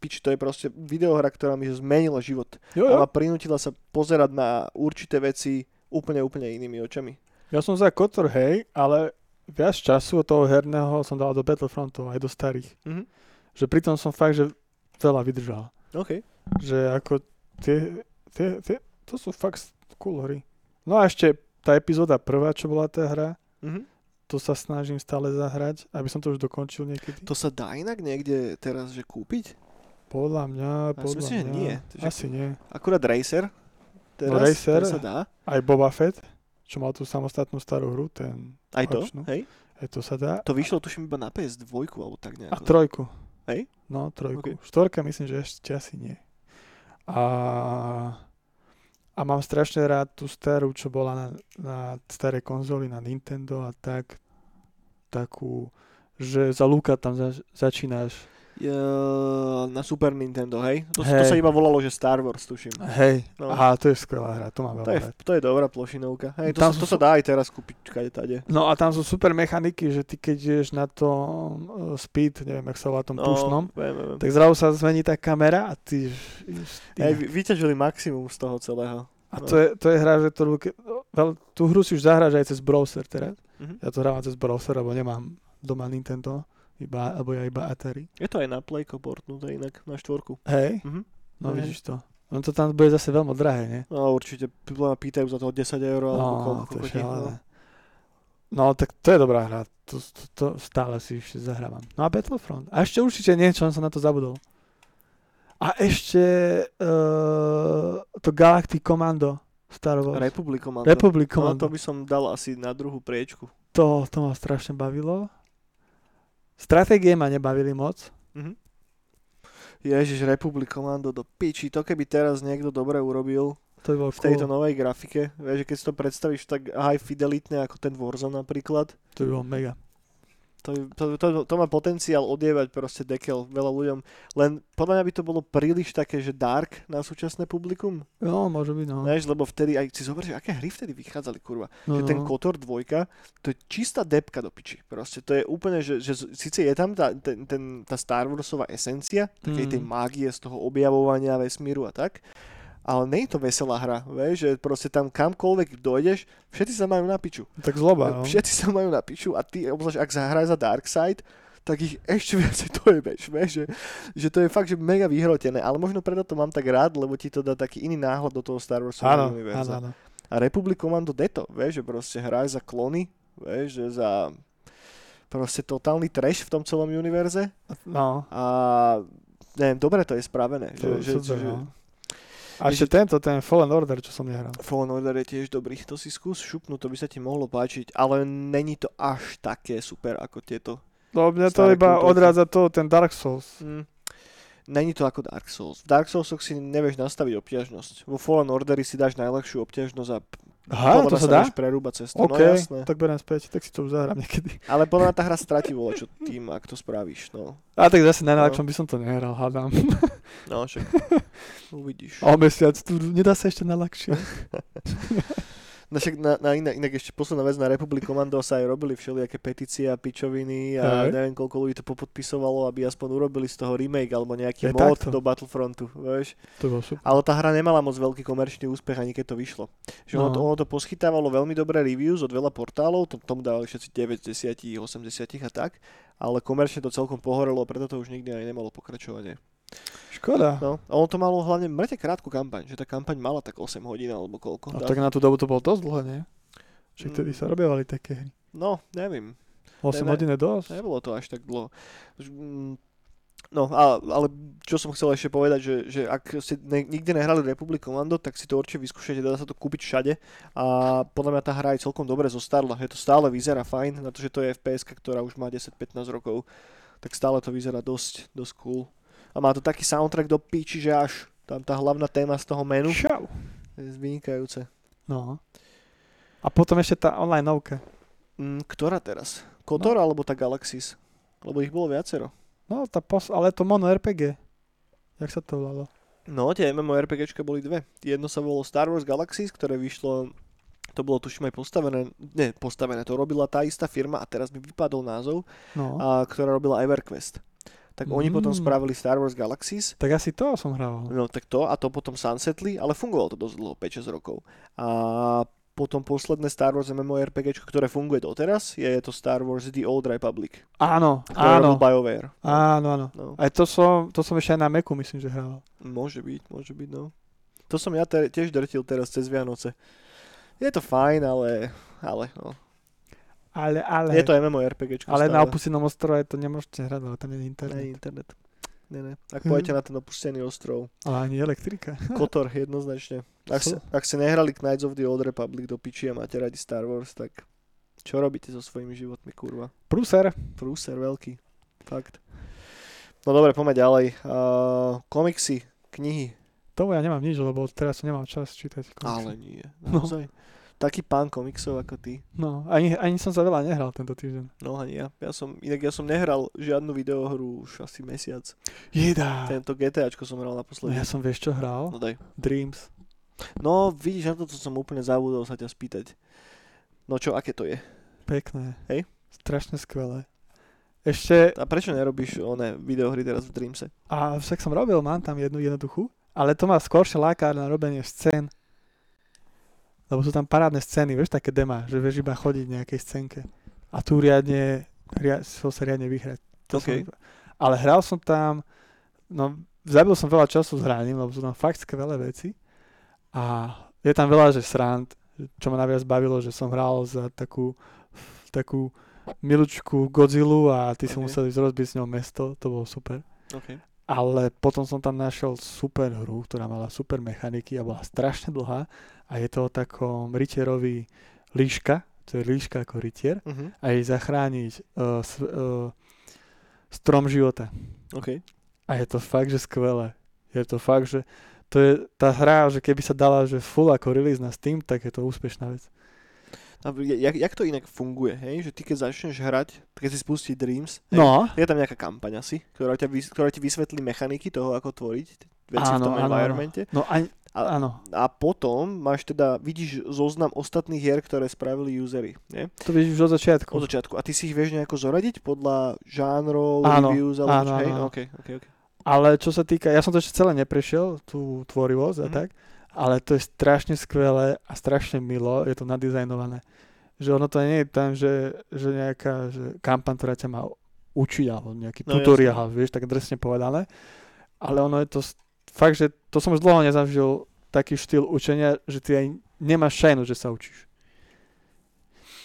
pič, to je proste videohra, ktorá mi zmenila život. Jo, A jo. ma prinútila sa pozerať na určité veci úplne, úplne inými očami. Ja som za Kotor, hej, ale viac času od toho herného som dal do Battlefrontov, aj do starých. Mhm. Že pritom som fakt, že veľa vydržal. OK. Že ako tie, tie, tie to sú fakt cool hry. No a ešte tá epizóda prvá, čo bola tá hra, Mhm. to sa snažím stále zahrať, aby som to už dokončil niekedy. To To... sa dá inak niekde teraz, že kúpiť? Podľa mňa, si podľa myslím, že mňa. nie. Že- Asi nie. Akurát Racer. Teraz, No, Racer. teraz sa dá. Aj Boba Fett, čo mal tú samostatnú starú hru, ten, Aj to, Akčnú. hej. aj to sa dá. To vyšlo tuším iba na PS2 alebo tak no. nejako. A trojku. Hej? No, Ok. trojku. Štvorka myslím, že ešte asi nie. A, a mám strašne rád tú starú, čo bola na, na staré konzoly, na Nintendo a tak. Takú, že za Luka tam zač- začínaš. Je, na Super Nintendo, hej. To, to Hej. sa iba volalo, že Star Wars, tuším. Hej. No. A to je skvelá hra, to mám To je, veľa rád. to je dobrá plošinovka. Hej, to, Tam sa, to sú sú- sa dá aj teraz kúpiť, kade tade. No a tam sú super mechaniky, že ty keď ideš na tom eh, speed, neviem, jak sa volá No. tom pušnom, viem, viem. viem. tak zrazu sa zmení tá kamera a ty... Hej, vy- vyťažili maximum z toho celého. A No. to je, to je hra, že ktorú, ke- no, veľ- tú hru si už zahráš aj cez browser teraz. Mhm. Ja to hrávam cez browser, lebo nemám doma Nintendo, iba, alebo ja iba Atari. Je to aj na Playko portnuté inak, na štvorku. Hej, Mhm. no Hej. vidíš to. No to tam bude zase veľmi drahé, nie? No určite, podľa mňa pýtajú za to 10 eur alebo No, koľko. to je kokotín, no. šialené. No, tak to je dobrá hra. To, to, to stále si ešte zahrávam. No a Battlefront. A ešte určite niečo, som na to zabudol. A ešte uh, to Galactic Commando Star Wars. Republic Commando. Republic No, Commando. to by som dal asi na druhú priečku. To, to ma strašne bavilo. Stratégie ma nebavili moc. Mhm. Ježiš, Republikomando do piči, to keby teraz niekto dobre urobil To by bolo v tejto cool. novej grafike, vieš, že keď si to predstavíš tak high fidelitne ako ten Warzone napríklad, To by bolo mega. to, je- to, to, to má potenciál odievať proste dekel veľa ľuďom, len podľa mňa by to bolo príliš také, že dark na súčasné publikum, No, môže byť, no. vieš, lebo vtedy aj si zober, že aké hry vtedy vychádzali, kurva, no, že ten no. Kotor 2, to je čistá depka do piči. Proste to je úplne, že, že z- síce je tam tá, ten, ten, tá Star Warsová esencia, takej Mm. tej mágie z toho objavovania vesmíru a tak, ale nie je to veselá hra, vieš, že proste tam kamkoľvek dojdeš, všetci sa majú na piču. Tak zloba, no. Všetci sa majú na piču a ty, obzvlášť ak zahraj za Darkseid, tak ich ešte <laughs> viacej to je bež, vieš, že, že to je fakt, že mega vyhrotené, ale možno preto to mám tak rád, lebo ti to dá taký iný náhľad do toho Star Warsového Áno, univerza. áno, áno. A Republiku mám do deto, vieš, že proste hráš za klony, vieš, že za proste totálny trash v tom celom univerze No, a neviem, dobre to je spravené. že, to je že, super, že, no. A ešte tento, ten Fallen Order, čo som nehral. Fallen Order je tiež dobrý, to si skús šupnúť, to by sa ti mohlo páčiť, ale není to až také super ako tieto. No, mňa to Staré iba kultúrky. odrádza to, ten Dark Souls. Mm. Není to ako Dark Souls. V Dark Soulsoch si nevieš nastaviť obťažnosť. Vo Fallen Ordery si dáš najľahšiu obťažnosť a Aha, podľa to mňa sa dá? vieš prerúbať cestu. No OK, jasné. tak beriem späť, tak si to už zahrám niekedy. Ale podľa mňa tá hra stratí volo, čo tým, ak to spravíš. No, <laughs> A tak zase na najlepšom by som to nehral, hádam. no však uvidíš. O mesiac, tu nedá sa ešte na ľahšie. No však na, na inak, inak ešte posledná vec, na Republic Commando sa aj robili všelijaké petície a pičoviny a Hej. neviem koľko ľudí to popodpisovalo, aby aspoň urobili z toho remake alebo nejaký Je mod takto. do Battlefrontu, vieš. <laughs> To bolo super. Ale tá hra nemala moc veľký komerčný úspech, ani keď to vyšlo. Že ono, No. to, ono to poschytávalo veľmi dobré reviews od veľa portálov, to, tomu dávali všetci 9, 10, 80 a tak, ale komerčne to celkom pohorelo, preto to už nikdy aj nemalo pokračovanie. Škoda. No, a ono to malo hlavne mŕte krátku kampaň, že tá kampaň mala tak 8 hodín alebo koľko. A dá- No, tak na tú dobu to bolo dosť dlhé, nie? Čiže Mm. vtedy sa robievali také hry. No, neviem, 8 Ne, ne. hodín je dosť. nebolo to až tak dlho. Ž- mm, No, a, ale čo som chcel ešte povedať, že, že ak ste ne, nikde nehrali Republic Commando, tak si to určite vyskúšajte, dá sa to kúpiť všade a podľa mňa tá hra je celkom dobre zostarla, je to stále vyzerá fajn, na to, že to je FPS, ktorá už má 10-15 rokov, tak stále to vyzerá dosť, dosť cool. A má to taký soundtrack do piči, že až tam tá hlavná téma z toho menu Čau. je vynikajúce. No. A potom ešte tá online novka. Mm, ktorá teraz? Kotor alebo tá Galaxis? Lebo ich bolo viacero. No, tá pos- ale to mono RPG. Jak sa to volalo? No, tie MMORPGčka boli dve. Jedno sa volalo Star Wars Galaxies, ktoré vyšlo to bolo tuším aj postavené, ne, postavené, to robila tá istá firma a teraz mi vypadol názov, No. a, A- ktorá robila EverQuest. Tak oni potom Mm. spravili Star Wars Galaxies tak asi to som hral. No tak to a to potom sunsetli, ale fungovalo to dosť dlho, 5-6 rokov. A potom posledné Star Wars MMORPG, ktoré funguje doteraz, je to Star Wars The Old Republic, Áno, ktoré robil áno. BioWare. Áno, áno. No. Aj to som, to som ešte aj na Macu myslím, že hral. Môže byť, môže byť, no. To som ja te- tiež drtil teraz cez Vianoce. Je to fajn, ale... Ale, no. Ale, ale. Je to MMORPG. ale na opustenom ostrove to nemôžete hrať, lebo tam nie je internet. Ne, internet. Ne, ne. Ak Hm. pôjdete na ten opustený ostrov. Ale ani elektrika. <laughs> Kotor, jednoznačne. Ak, sa, Co? ak ste nehrali Knights of the Old Republic do piči a máte radi Star Wars, tak čo robíte so svojimi životmi, kurva? Prúser. Prúser veľký. Fakt. No dobre, poďme ďalej. Uh, komiksy, knihy, Tomu ja nemám nič, lebo teraz nemám čas čítať. Ale komiksy. nie, No. naozaj. Taký pán komiksov ako ty. No, ani, ani som sa veľa nehral tento týždeň. No ani ja. ja som, inak ja som nehral žiadnu videohru už asi mesiac. Jedá. Tento GTAčko som hral No naposledy. ja som vieš čo hral? No daj. Dreams. No vidíš, na toto som úplne zabudol sa ťa spýtať. No čo, aké to je? Pekné. Hej. Strašne skvelé. Ešte, A prečo nerobíš one videohry teraz v Dreamse? a však som robil, mám tam jednu jednoduchú, ale to ma skôršie láka na robenie scén. Lebo sú tam parádne scény, vieš, také demá, že vieš iba chodiť v nejakej scénke. A tu riadne, ria, som sa riadne vyhrať. To som- OK. ale hral som tam, no zabil som veľa času s hraním, lebo sú tam fakt skvelé veci. A je tam veľa, že srand, čo ma najviac bavilo, že som hral za takú, takú milučku Godzillu a ty si Ok. musel ísť rozbiť s ňou mesto, to bolo super. OK. Ale potom som tam našiel super hru, ktorá mala super mechaniky a bola strašne dlhá a je to o takom rytierovi líška, to je líška ako rytier Uh-huh. a jej zachrániť uh, s, uh, eh, Strom života. OK. A je to fakt, že skvelé. Je to fakt, že to je tá hra, že keby sa dala, že full ako release na Steam, tak je to úspešná vec. A je- jak, jak to inak funguje, hej? Že ty keď začneš hrať, keď si spustí Dreams, hej, No, je tam nejaká kampaň asi, ktorá, ťa, vys- ktorá ti vysvetlí mechaniky toho, ako tvoriť t- veci v tom Áno, áno, áno. environmente. no aj, A- áno. A potom máš teda, vidíš zoznam ostatných hier, ktoré spravili usery, nie? To vidíš už od začiatku. Od začiatku. A ty si ich vieš nejako zoradiť podľa žánrov, Áno, reviews, alebo áno, čo, hej? áno. OK, OK, OK. Ale čo sa týka, ja som to ešte celé neprešiel, tú tvorivosť a Mhm. tak, ale to je strašne skvelé a strašne milo, je to nadizajnované. Že ono to nie je tam, že, že nejaká že kampaň, ktorá ťa má učiť, alebo nejaký No, tutoriál, vieš, tak drsne povedané. Ale ono je to s- fakt, že to som už dlho nezažil taký štýl učenia, že ty aj nemáš šajnu, že sa učíš.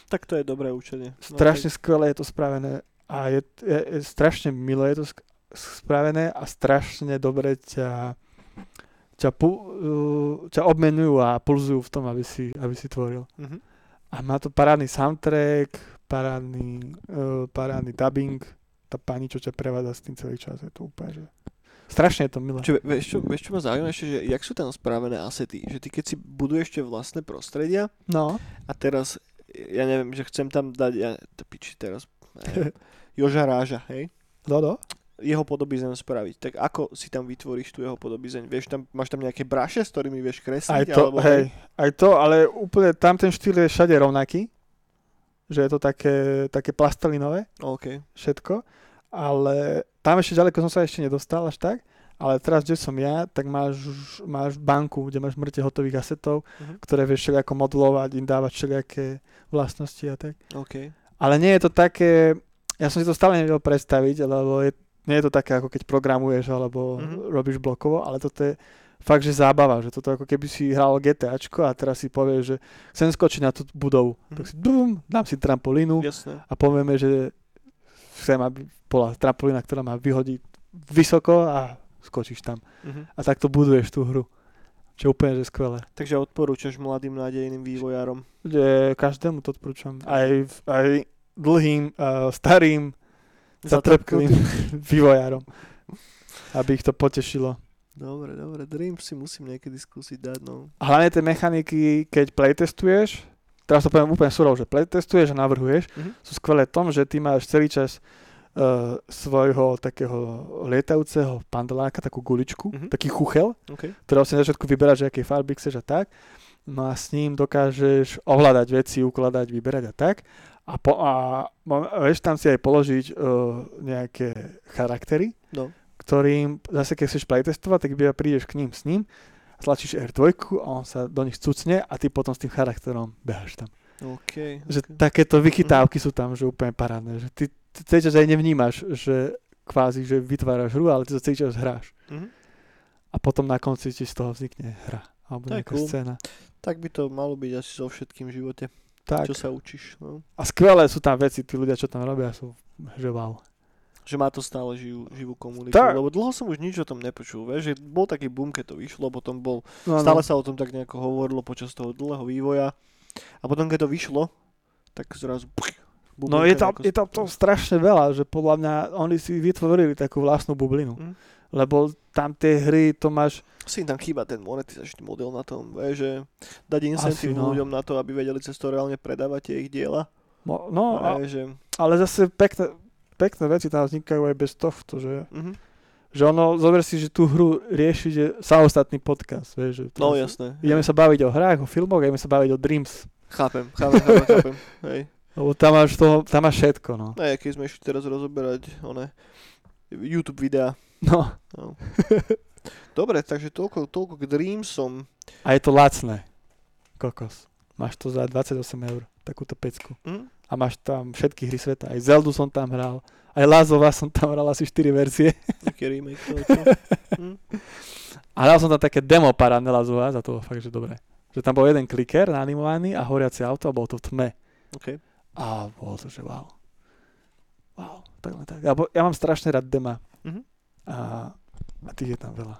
Tak to je dobré učenie. No, Strašne skvelé je to spravené a je, je, je strašne milo je to sk- spravené a strašne dobre ťa ťa, pu, uh, ťa obmenujú a pulzujú v tom, aby si, aby si tvoril. tak- Mhm. A má to parádny soundtrack, parádny, uh, parádny dubbing, tá pani, čo ťa prevádza s tým celý čas, je to úplne, že... Strašne je to milé. Čo, vieš, čo, vieš, čo ma zaujíma ešte, že jak sú tam spravené asety? Že ty keď si buduješ tie vlastné prostredia, No, A teraz, ja neviem, že chcem tam dať, ja, to piči <laughs> teraz, neviem, Joža Ráža, hej? no, no. Jeho podobizeň spraviť. Tak ako si tam vytvoríš tú jeho podobizeň? Vieš, tam, máš tam nejaké braše, s ktorými vieš Aj kresliť? to, alebo, hej, aj to, ale úplne tam ten štýl je všade rovnaký, že je to také, také plastelinové. OK. všetko, ale tam ešte ďaleko som sa ešte nedostal až tak, ale teraz, kde som ja, tak máš, už- máš banku, kde máš mŕte hotových asetov, Mhm. ktoré vieš všelijako modulovať, im dávať všelijaké vlastnosti a tak. OK. Ale nie je to také, ja som si to stále nevedel predstaviť, lebo je, nie je to také, ako keď programuješ alebo Mhm. robíš blokovo, ale toto je fakt, že zábava, že toto ako keby si hral GTAčko a teraz si povieš, že chcem skočiť na tú budovu, tak Mhm. si dum, dám si trampolínu, Jasné. a povieme, že chcem, aby bola trampolína, ktorá ma vyhodí vysoko a skočíš tam. Mhm. A takto buduješ tú hru. Čo je úplne že skvelé. Takže odporúčaš mladým nádejným vývojárom. Že každému to odporúčam. Aj, v- aj dlhým, uh, starým, zatrpklým <laughs> vývojárom. Aby ich to potešilo. Dobre, dobre, Dream si musím niekedy skúsiť dať, no. A hlavne tie mechaniky, keď playtestuješ, teraz to poviem úplne surov, že playtestuješ a navrhuješ, Mhm. sú skvelé v tom, že ty máš celý čas uh, svojho takého lietajúceho pandeláka, takú guličku, Mhm. taký chuchel, OK. ktorého si na začiatku vyberáš, že aké farby chceš a tak. No a s ním dokážeš ovládať veci, ukladať, vyberať a tak. A, po, a, mo- vieš tam si aj položiť uh, nejaké charaktery, No. ktorým zase keď chceš playtestovať, tak iba prídeš k ním s ním, stlačíš R2 a on sa do nich cucne a ty potom s tým charakterom behaš tam. OK. Mhm, Že ok. takéto vychytávky sú tam, že úplne parádne. Že ty, ty celý čas aj nevnímaš, že kvázi, že vytváraš hru, ale ty to celý čas hráš. Mhm. A potom na konci ti z toho vznikne hra. To Alebo je nejaká cool. scéna. Tak by to malo byť asi so všetkým v živote, Tak. čo sa učíš, no. A skvelé sú tam veci, tí ľudia, čo tam robia, sú že wow. že má to stále živú, živú komunitu. Tak. Lebo dlho som už nič o tom nepočul, vieš, že bol taký boom, keď to vyšlo, potom bol, No, stále no. sa o tom tak nejako hovorilo počas toho dlhého vývoja a potom keď to vyšlo, tak zrazu... pch, no bublinka je, tam, nejako- je tam to strašne veľa, že podľa mňa oni si vytvorili takú vlastnú bublinu. Mm. Lebo Lebo tam tie hry, to máš, si im tam chýba ten monetizačný model na tom, vieš, že dať incentív no. ľuďom na to, aby vedeli cez to reálne predávať tie ich diela. no, no a, Vieš, že, ale zase pekné, pekné veci tam vznikajú aj bez tohto, že, mhm. že ono, zober si, že tú hru rieši že samostatný podcast, vieš, že No teraz jasné, ideme sa baviť o hrách, o filmoch, ideme sa baviť o Dreams, chápem, chápem, chápem, chápem. Hej. lebo tam máš, toho, tam máš všetko, no. No, keď sme išli teraz rozoberať, one, YouTube videá. no. Dobre, takže toľko, toľko k Dreamsom. A je to lacné. Kokos. Máš to za 28 eur, takúto pecku. Hm? A máš tam všetky hry sveta. Aj Zeldu som tam hral. Aj Lazova som tam hral asi 4 verzie. Taký remake toho, čo? Hm? A hral som tam také demo parádne Lazova, za to bolo fakt, že dobre. Že tam bol jeden kliker naanimovaný a horiace auto a bolo to v tme. OK. A bolo to, že wow. Wow, tak len tak. Ja, bo- ja mám strašne rád dema. Mhm. A, a tých je tam veľa.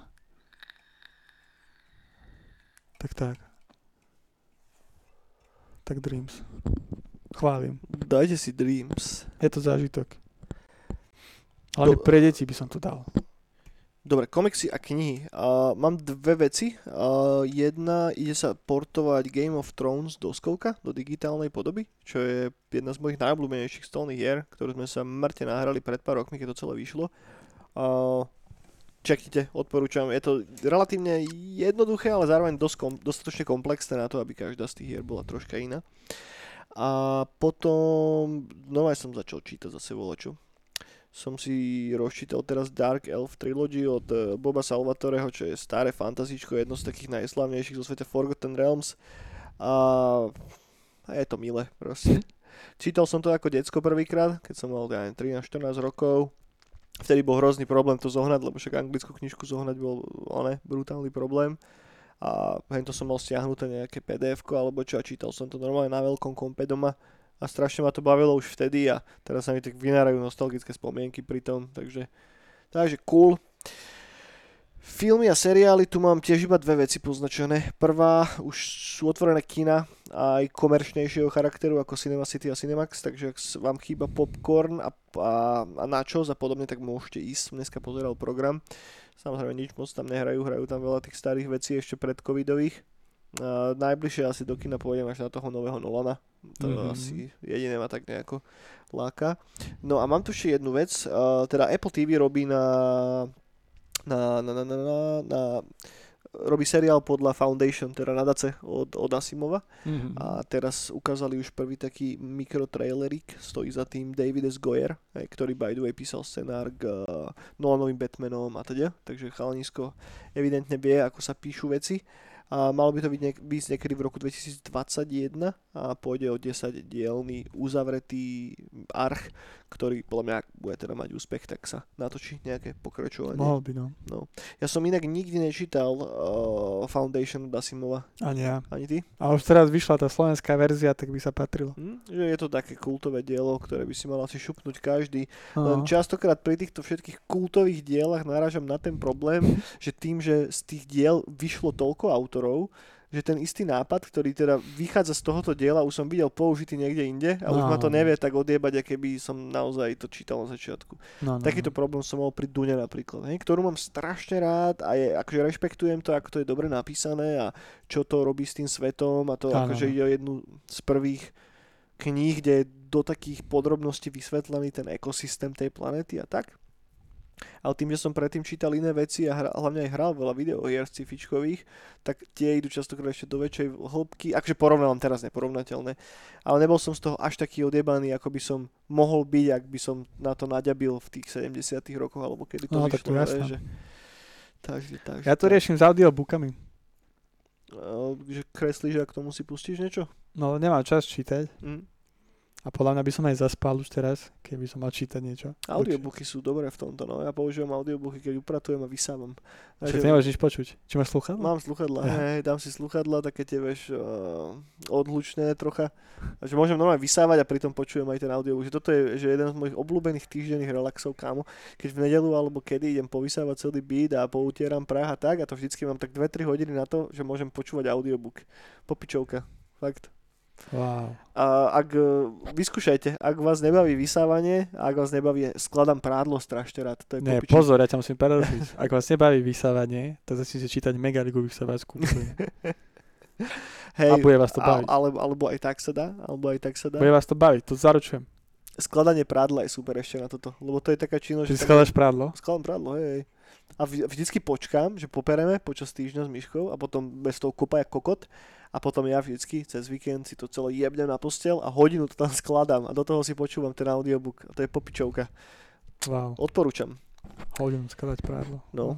Tak tak. Tak Dreams. Chválim. Dajte si Dreams. Je to zážitok. Hlavne Do- pre deti by som to dal. Dobre, komiksy a knihy. Uh, mám dve veci. Uh, jedna, ide sa portovať Game of Thrones doskovka do digitálnej podoby, čo je jedna z mojich najobľúbenejších stolných hier, ktorú sme sa mŕte nahrali pred pár rokmi, keď to celé vyšlo. Uh, čeknite, odporúčam. Je to relatívne jednoduché, ale zároveň dosť kom- dostatočne komplexné na to, aby každá z tých hier bola troška iná. A potom, no aj som začal čítať zase volačo som si rozčítal teraz Dark Elf Trilogy od eh, Boba Salvatoreho, čo je staré fantazíčko, jedno z takých najslavnejších zo sveta Forgotten Realms. A, a je to milé proste. Čítal som to ako decko prvýkrát, keď som mal ja neviem, 13-14 rokov. Vtedy bol hrozný problém to zohnať, lebo však anglickú knižku zohnať bol one, brutálny problém. A hej, to som mal stiahnuté nejaké pdf alebo čo a čítal som to normálne na veľkom kompe doma a strašne ma to bavilo už vtedy a teraz sa mi tak vynárajú nostalgické spomienky pri tom, takže, takže cool. Filmy a seriály, tu mám tiež iba dve veci poznačené. Prvá, už sú otvorené kina aj komerčnejšieho charakteru ako Cinema City a Cinemax, takže ak s- vám chýba popcorn a, a, a načos a podobne, tak môžete ísť. Som dneska pozeral program. Samozrejme nič moc tam nehrajú, hrajú tam veľa tých starých vecí ešte pred covidových. Uh, najbližšie asi do kina pôjdem až na toho nového Nolana, to mm-hmm. Mhm. asi jediné ma tak nejako láka. No a mám tu ešte jednu vec, uh, teda Apple TV robí na, na, na, na, na, na, na robí seriál podľa Foundation, teda nadace od, od Asimova Mm-hmm. a teraz ukázali už prvý taký mikrotrailerik, stojí za tým David S. Goyer, hej, ktorý by the way písal scenár k uh, Nolanovým Batmanom a teda, takže chalanisko evidentne vie, ako sa píšu veci a malo by to byť niek- byť niekedy v roku 2021 a pôjde o 10 dielný uzavretý arch, ktorý podľa mňa ak bude teda mať úspech, tak sa natočí nejaké pokračovanie. Mohol by, no. Ja som inak nikdy nečítal uh, Foundation od Asimova, Ani ja. ani ty? A už teraz vyšla tá slovenská verzia, tak by sa patrilo. Hm? Že je to také kultové dielo, ktoré by si mal asi šupnúť každý. Len No. častokrát pri týchto všetkých kultových dielach narážam na ten problém, že tým, že z tých diel vyšlo toľko autorov, že ten istý nápad, ktorý teda vychádza z tohoto diela, už som videl použitý niekde inde a už ma to Áno. nevie tak odiebať, aké by som naozaj to čítal na začiatku. No, no, Takýto problém som mal pri Dune napríklad, hej, ktorú mám strašne rád a je, akože rešpektujem to, ako to je dobre napísané a čo to robí s tým svetom a to Áno, akože áno. ide o jednu z prvých kníh, kde je do takých podrobností vysvetlený ten ekosystém tej planéty a tak. Ale tým, že som predtým čítal iné veci a hra, hlavne aj hral veľa videohier sci-fičkových, tak tie idú častokrát ešte do väčšej hĺbky, akože porovnávam teraz neporovnateľné, ale nebol som z toho až taký odjebaný, ako by som mohol byť, ak by som na to naďabil v tých 70 rokoch, alebo kedy to No, vyšlo. tak to vieš, jasné. že... Takže, takže, Ja to riešim s audiobookami. Uh, že kreslíš a k tomu si pustíš niečo? No, nemám čas čítať. Mm. A podľa mňa by som aj zaspal už teraz, keby som mal čítať niečo. Audiobooky sú dobré v tomto, no. Ja používam audiobooky, keď upratujem a vysávam. Určite. Však nemôžeš nič počuť. Či máš sluchadlo? Mám sluchadla, Aha. hej, dám si sluchadla, také tie, vieš, uh, odlučné trocha. A Že môžem normálne vysávať a pritom počujem aj ten audiobook. Že toto je že jeden z mojich obľúbených týždenných relaxov, kámo. Keď v nedelu alebo kedy idem povysávať celý beat a poutieram prah a tak, a to vždycky mám tak 2-3 hodiny na to, že môžem počúvať audiobook. Popičovka. Fakt. Wow. A ak e, vyskúšajte, ak vás nebaví vysávanie, ak vás nebaví, skladám prádlo strašne rád. To je Nie, popiči. pozor, ja ťa musím prerušiť. <laughs> Ak vás nebaví vysávanie, tak začnite čítať Megaligu <laughs> vysávačku. Hej, A bude vás to a- baviť. ale, alebo aj tak sa dá, alebo aj tak sa dá. Bude vás to baviť, to zaručujem. Skladanie prádla je super ešte na toto, lebo to je taká činnosť, Či že si tam- skladaš prádlo? skladám prádlo, hej, hej. A vž- vždycky počkám, že popereme počas týždňa s myškou a potom bez toho kopa jak kokot a potom ja vždycky cez víkend si to celé jebnem na postel a hodinu to tam skladám a do toho si počúvam ten audiobook a to je popičovka. Wow, Odporúčam. hodinu skladať prádlo. No.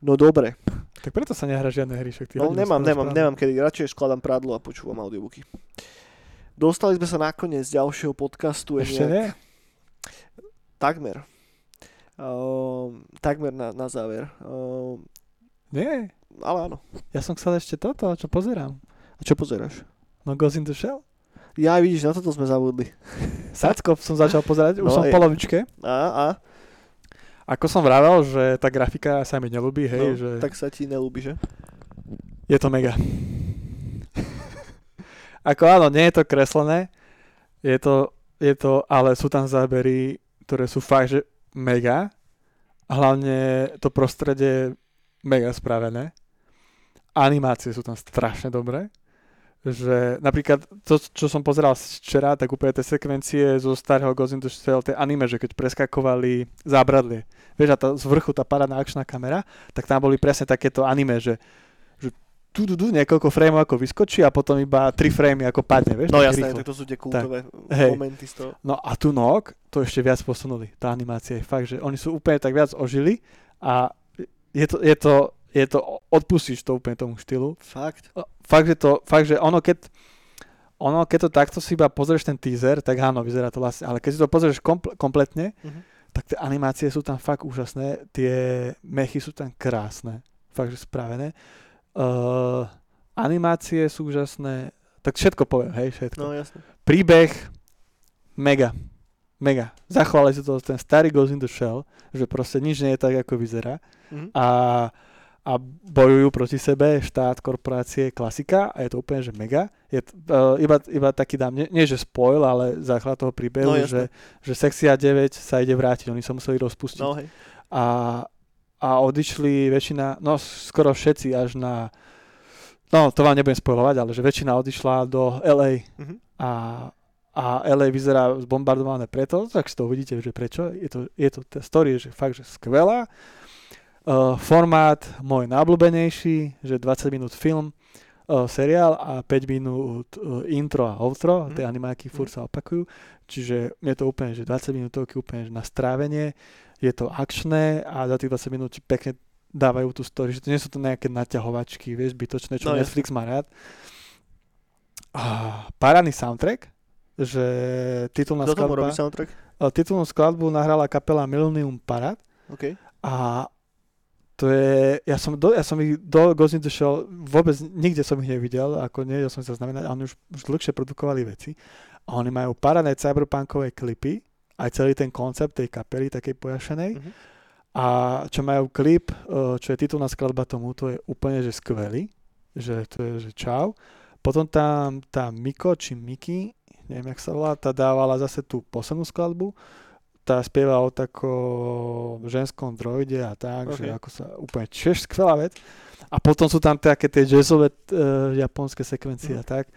No dobre. Tak preto sa nehra žiadne hry, však ty No hodinu nemám, skladaš nemám, prádlo. nemám kedy. Radšej skladám prádlo a počúvam audiobooky. Dostali sme sa nakoniec ďalšieho podcastu. je Ešte nejak- nie? Takmer. Ehm, takmer na, na záver. Ehm, Nie. ale áno. Ja som chcel ešte toto, čo pozerám. A čo pozeráš? No Ghost in the Shell. Ja vidíš, na toto sme zabudli. Sacko som začal pozerať, už No, som v je- polovičke. A, a? Ako som vravel, že tá grafika sa mi nelúbi, no, hej, že tak... Tak sa ti nelúbi, že? je to mega. <laughs> Ako áno, nie je to kreslené, je to, je to, ale sú tam zábery, ktoré sú fakt, že mega. A hlavne to prostredie je mega spravené. Animácie sú tam strašne dobré. Že napríklad to, čo som pozeral včera, tak úplne tie sekvencie zo starého Ghost in the Shell, tie anime, že keď preskakovali zábradlie. Vieš, a tá, z vrchu tá parádna akčná kamera, tak tam boli presne takéto anime, že, že tu, tu, tu, niekoľko frameov ako vyskočí a potom iba tri framey ako padne, vieš? No tak jasné, rýchlo. tak to sú tie kultové Hej. momenty z toho. No a tu Nok, to ešte viac posunuli, tá animácia je fakt, že oni sú úplne tak viac ožili a je to, je to, je to odpustíš to úplne tomu štýlu. Fakt. Fakt, že to, fakt, že ono keď, ono keď to takto si iba pozrieš ten teaser, tak áno, vyzerá to vlastne, ale keď si to pozrieš kompl- kompletne, Mhm. tak tie animácie sú tam fakt úžasné, tie mechy sú tam krásne, fakt, že spravené. Uh, animácie sú úžasné, tak všetko poviem, hej, všetko. No jasné. Príbeh mega. Mega. Zachovali si to ten starý Ghost in the Shell, že proste nič nie je tak, ako vyzerá. Mhm. A, a bojujú proti sebe štát, korporácie, klasika a je to úplne, že mega. Je t- uh, iba, iba taký dám, nie, nie že spoil, ale základ toho príbehu, No, že, jasné. že Sexia 9 sa ide vrátiť, oni sa museli rozpustiť No hej. a, a odišli väčšina, no skoro všetci až na, no to vám nebudem spojovať, ale že väčšina odišla do LA Mhm. a, a LA vyzerá zbombardované preto, tak si to uvidíte, že prečo. Je to, je to tá story je že fakt, že skvelá. Uh, formát môj najobľúbenejší, že 20 minút film, uh, seriál a 5 minút uh, intro a Mhm. outro, tie animáky furt Mhm. sa opakujú, čiže je to úplne, že 20 minútovky úplne že na strávenie, je to akčné a za tých 20 minút ti pekne dávajú tú story, že to nie sú to nejaké naťahovačky, vieš, bytočné, čo No, no, jasne. Netflix má rád. A parádny soundtrack, že titulná Kto tomu skladba, robí soundtrack? a titulnú skladbu nahrala kapela Millennium Parad OK. a to je, ja som, do, ja som ich do Ghost in the Shell vôbec nikde som ich nevidel, ako nevedel som sa znamenať, a oni už, už dlhšie produkovali veci a oni majú parádne cyberpunkové klipy, aj celý ten koncept tej kapely takej pojašenej Mhm. a čo majú klip, eh, čo je titulná skladba tomu, to je úplne, že skvelý, že to je, že čau. Potom tam tá Miko, či Miki, neviem, jak sa volá, tá dávala zase tú poslednú skladbu, tá spieva o takom ženskom droide a tak, okay. že Ok. ako sa úplne tiež skvelá vec. A potom sú tam také tie jazzové uh, japonské sekvencie a tak.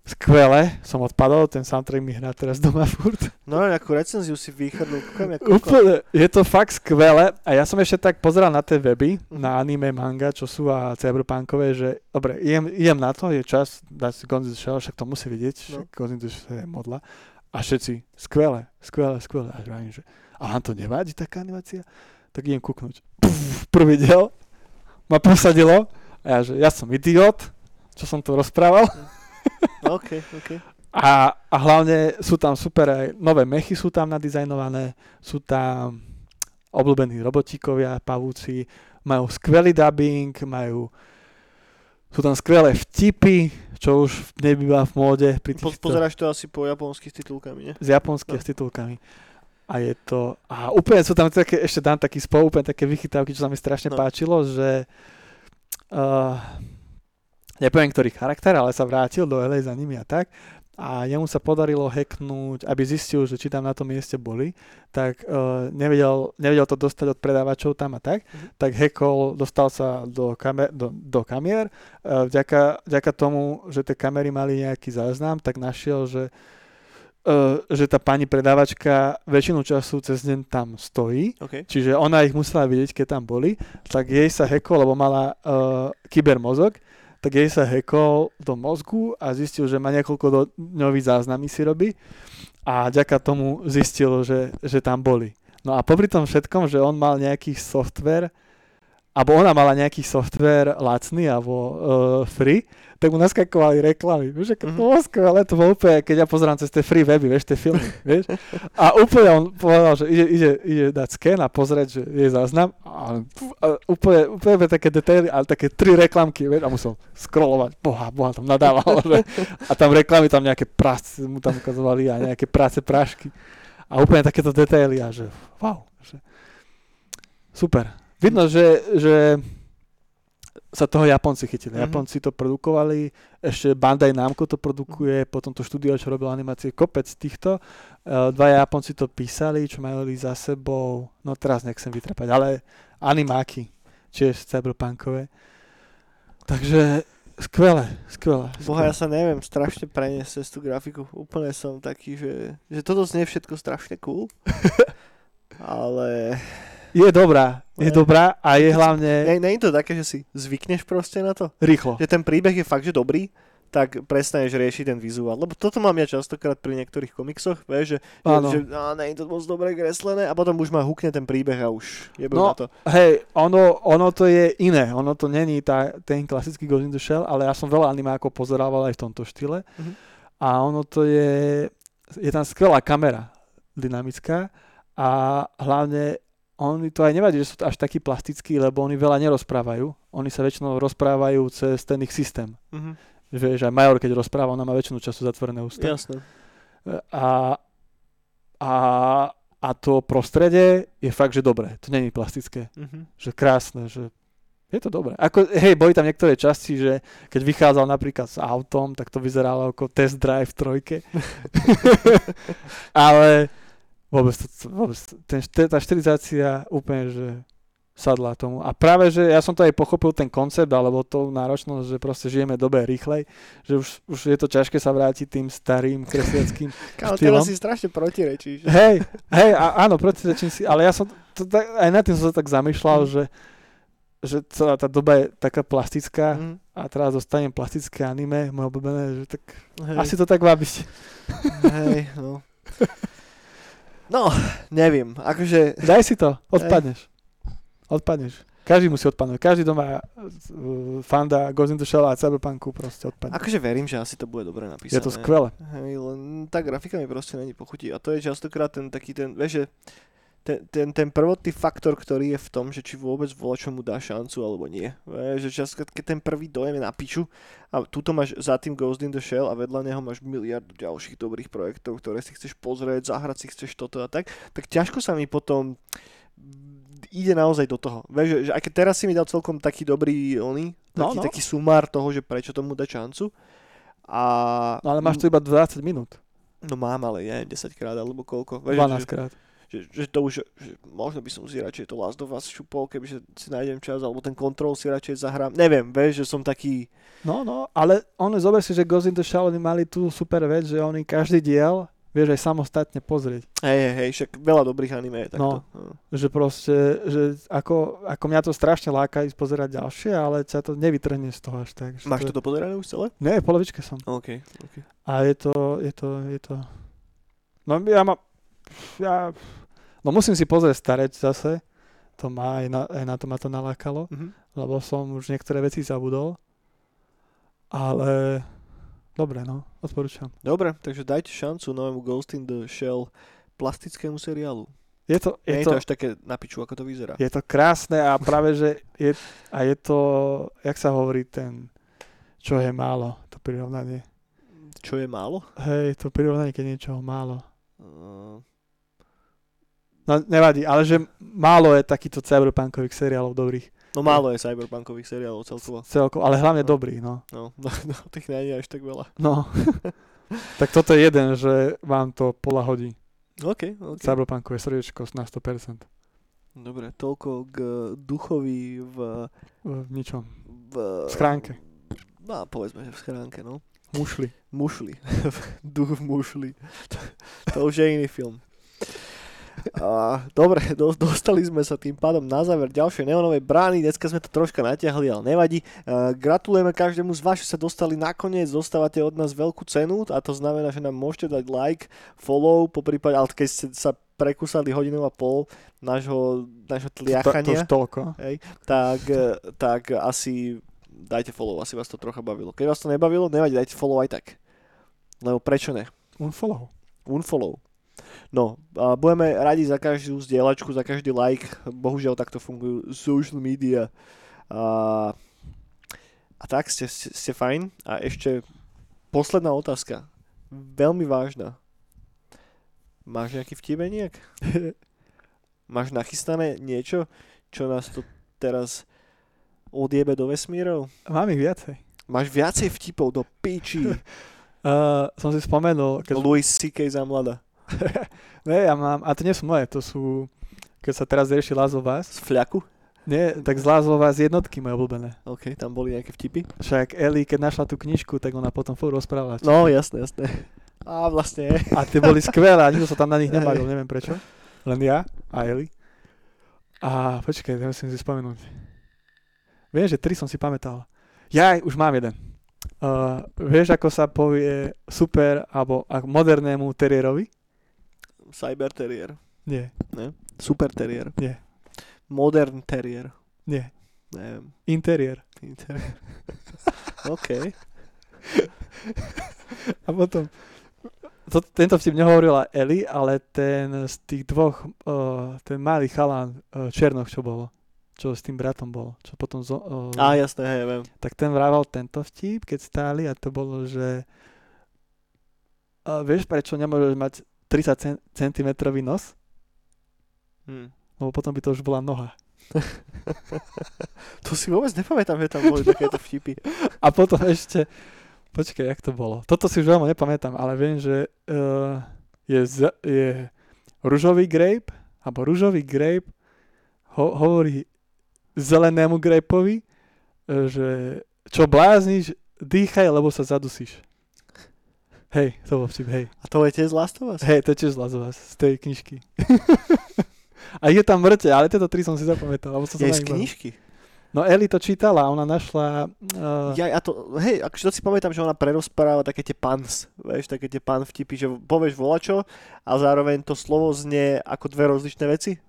Skvelé, som odpadol, ten soundtrack mi hrá teraz doma <laughs> furt. No a nejakú recenziu si vychrnul. Kúkam, jak koľko. Úplne, je to fakt skvelé a ja som ešte tak pozeral na tie weby, Mhm. na anime, manga, čo sú a cyberpunkové, že dobre, idem, idem na to, je čas dať si Ghost in the Shell, však to musí vidieť, No. však Ghost in the Shell je modla a všetci, skvelé, skvelé, skvelé. A hovorím, že a vám to nevadí taká animácia? Tak idem kúknuť. Puf, prvý diel ma posadilo a ja, že ja som idiot, čo som to rozprával. No, OK, OK. A, a hlavne sú tam super aj nové mechy sú tam nadizajnované, sú tam obľúbení robotíkovia, pavúci, majú skvelý dubbing, majú sú tam skvelé vtipy, čo už nebýva v móde pri Po, tých pozeráš to asi po japonských titulkami, nie? s japonskými No. s titulkami. A je to... A úplne sú tam také, ešte dám taký spol, úplne také vychytávky, čo sa mi strašne No. páčilo, že... Uh, nepoviem, ktorý charakter, ale sa vrátil do LA za nimi a tak. A jemu sa podarilo hacknúť, aby zistil, že či tam na tom mieste boli, tak uh, nevedel, nevedel to dostať od predávačov tam a tak, Mhm. tak hackol, dostal sa do, kamer, do, do kamier, uh, vďaka, vďaka tomu, že tie kamery mali nejaký záznam, tak našiel, že e, že tá pani predávačka väčšinu času cez deň tam stojí, OK. čiže ona ich musela vidieť, keď tam boli, tak jej sa hekol, lebo mala uh, kybermozog, tak jej sa hekol do mozgu a zistil, že má niekoľko do, dňový záznamy si robí a vďaka tomu zistil, že, že tam boli. No a popri tom všetkom, že on mal nejaký software, alebo ona mala nejaký software lacný alebo uh, free, tak mu naskakovali reklamy. Vieš, aké to Mhm. bolo skvelé, to bolo úplne, keď ja pozerám cez tie free weby, vieš, tie filmy, vieš. A úplne on povedal, že ide, ide, ide dať sken a pozrieť, že je záznam. A, a úplne, úplne také detaily, ale také tri reklamky, vieš, a musel scrollovať. Boha, boha, tam nadával. <laughs> Že, a tam reklamy, tam nejaké práce mu tam ukazovali a nejaké práce prášky. A úplne takéto detaily a že wow. Že, super. Vidno, že, že sa toho Japonci chytili. Mhm. Mm-hmm. Japonci to produkovali, ešte Bandai Namco to produkuje, potom to štúdio, čo robilo animácie, kopec týchto. Eh, Dva Japonci to písali, čo mali za sebou, no teraz nechcem vytrapať, ale animáky, čiže cyberpunkové. Takže skvelé, skvelé. Boha, skvelé. ja sa neviem strašne preniesť cez tú grafiku. Úplne som taký, že, že toto znie všetko strašne cool. <laughs> Ale Je dobrá, je Ne. dobrá a je hlavne ne, nie je to také, že si zvykneš proste na to? rýchlo. Že ten príbeh je fakt, že dobrý, tak prestaneš riešiť ten vizuál. Lebo toto mám ja častokrát pri niektorých komiksoch, vieš, že, Áno. že á, nie je to moc dobre kreslené a potom už ma hukne ten príbeh a už jebem No, na to. Hej, ono, ono to je iné, ono to není tá, ten klasický Ghost in the Shell, ale ja som veľa animákov pozerával aj v tomto štýle Mhm. a ono to je, je tam skvelá kamera, dynamická a hlavne oni to aj nevadí, že sú až takí plastickí, lebo oni veľa nerozprávajú, oni sa väčšinou rozprávajú cez ten ich systém. Mhm. Vieš, aj Major, keď rozpráva, ona má väčšinu času zatvorené ústa. Jasné. A, a, a to prostredie je fakt, že dobré. To není plastické Mhm. že krásne, že je to dobré. Ako, hej, boli tam niektoré časti, že keď vychádzal napríklad s autom, tak to vyzeralo ako test drive v trojke. <laughs> Ale vôbec, to, to- vôbec to- ten, št- tá štyrizácia úplne, že sadla tomu. A práve, že ja som to aj pochopil ten koncept, alebo to náročnosť, že proste žijeme dobe rýchlej, že už, už je to ťažké sa vrátiť tým starým kresťanským Kámo, Štýlom? teraz si strašne protirečíš. Hej, hej, a, áno, protirečím si, ale ja som, to, tak, aj nad tým som sa tak zamýšľal, že, že celá tá doba je taká plastická Mhm. a teraz dostanem plastické anime, moje obľúbené, že tak, Hej. asi to tak má byť. Hej, <laughs> no. No, neviem. Akože, Daj si to, odpadneš. Odpadneš. Každý musí odpadnúť. Každý doma uh, fanda Ghost in the Shell a Cyberpunku proste odpadne. akože verím, že asi to bude dobre napísané. Je to skvelé. Hej, len tá grafika mi proste není pochutí. A to je častokrát ten taký ten, vieš, že ten, ten, ten prvotný faktor, ktorý je v tom, že či vôbec volačomu dá šancu alebo nie. Vieš, že častokrát, keď ten prvý dojem je na piču a tuto máš za tým Ghost in the Shell a vedľa neho máš miliardu ďalších dobrých projektov, ktoré si chceš pozrieť, zahrať si chceš toto a tak, tak ťažko sa mi potom ide naozaj do toho. Vieš, že, že aj keď teraz si mi dal celkom taký dobrý oný, No, taký, no. taký sumár toho, že prečo tomu dá šancu. A... No, ale máš to iba 20 minút. No mám, ale ja neviem, 10 krát alebo koľko. Vieš, 12 že, krát. že, že, to už, že možno by som si radšej to Last of Us šupol, kebyže si nájdem čas, alebo ten kontrol si radšej zahrám. Neviem, vieš, že som taký... No, no, ale on zober si, že Ghost in the Shell oni mali tú super vec, že oni každý diel vieš aj samostatne pozrieť. Hej, hej, hej, však veľa dobrých anime je takto. No. Že proste, že ako, ako mňa to strašne láka ísť pozerať ďalšie, ale ťa to nevytrhne z toho až tak. že Máš to... toto No. pozerané už celé? Nie, v polovičke som. OK, OK. A je to, je to, je to... No ja mám, ja... No musím si pozrieť starec zase. To má, aj na, aj na to ma to nalákalo. Mhm. lebo som už niektoré veci zabudol. Ale dobre, no, odporúčam. Dobre, takže dajte šancu novému Ghost in the Shell plastickému seriálu. Je to, je, Nie je to, to až také na piču, ako to vyzerá. je to krásne a práve, že je, a je to, jak sa hovorí ten, čo je málo, to prirovnanie. Čo je málo? Hej, to prirovnanie, keď niečoho málo. Uh, No, nevadí, ale že málo je takýchto cyberpunkových seriálov dobrých no málo je cyberpunkových seriálov celkovo. celkovo, ale hlavne No. dobrých, no. No, <laughs> no, no tých nie je až tak veľa. No, <laughs> tak toto je jeden, že vám to pola hodí. OK, OK. Cyberpunkové srdiečko na 100%. Dobre, toľko k duchovi v... V ničom. v V schránke. No, povedzme, že v schránke, no. Mušli. Mušli. <laughs> Duch v mušli. To, to už je iný film. A, dobre, do, dostali sme sa tým pádom na záver ďalšej neonovej brány. Dneska sme to troška natiahli, ale nevadí. Uh, gratulujeme každému z vás, že sa dostali nakoniec. Dostávate od nás veľkú cenu a to znamená, že nám môžete dať like, follow, poprípade, ale keď ste sa prekusali hodinu a pol nášho, nášho To, to tliachania už toľko. tak, eh, tak asi dajte follow, asi vás to trocha bavilo. Keď vás to nebavilo, nevadí, dajte follow aj tak. Lebo prečo ne? Unfollow. Unfollow. No, a budeme radi za každú zdieľačku, za každý like. Bohužiaľ takto fungujú social media. A, a tak ste, ste, ste fajn. A ešte posledná otázka. Veľmi vážna. Máš nejaký vtibeniek? Máš nachystané niečo, čo nás tu teraz odjebe do vesmírov? Mám ich viacej. Máš viacej vtipov do <laughs> piči. Uh, som si spomenul, keď... Louis C.K. za mladá. Ne, ja mám, a to nie sú moje, to sú, keď sa teraz rieši Lázov vás. Z fľaku? Nie, tak z Lázov vás jednotky moje obľúbené. OK, tam boli nejaké vtipy. Však Ellie, keď našla tú knižku, tak ona potom furt rozprávala. No, jasné, jasné. A vlastne. A tie boli skvelé, a nikto sa tam na nich nebavil, Hej. neviem prečo. Len ja a Eli. A počkaj, ja musím si spomenúť. Viem, že tri som si pamätal. Ja už mám jeden. Uh, vieš, ako sa povie super alebo ak modernému teriérovi? Cyber terrier. Nie, Super terrier. Nie. Modern terrier. nie. <laughs> Neviem. Interiér. Inter- OK. A potom... To, tento vtip nehovorila Eli, ale ten z tých dvoch, uh, ten malý chalán uh, Černoch, čo bolo, čo s tým bratom bol, čo potom zo, uh, Á, jasné, hej, viem. tak ten vrával tento vtip, keď stáli a to bolo, že a vieš prečo nemôžeš mať 30 cm nos? Hm. Lebo potom by to už bola noha. <laughs> To si vôbec nepamätám, že tam boli takéto vtipy. A potom ešte, počkaj, jak to bolo? Toto si už veľmi nepamätám, ale viem, že uh, je, z, je ružový grape, alebo ružový grape ho, hovorí zelenému grapeovi, eh, že čo blázniš, dýchaj, lebo sa zadusíš. Hej, to bol vtip, hej. A to je tiež z Last of Us? Hej, to je tiež zlá z vás, z tej knižky. <laughs> a je tam mŕte, ale tieto tri som si zapamätal. Lebo som sa Je na z nich bavil. knižky. No Eli to čítala, ona našla... Uh, ja. Ja, ja to, hej, akože to si pamätám, že ona prerozpráva také tie pans, vieš, také tie pan vtipy, že povieš volačo a zároveň to slovo znie ako dve rozličné veci,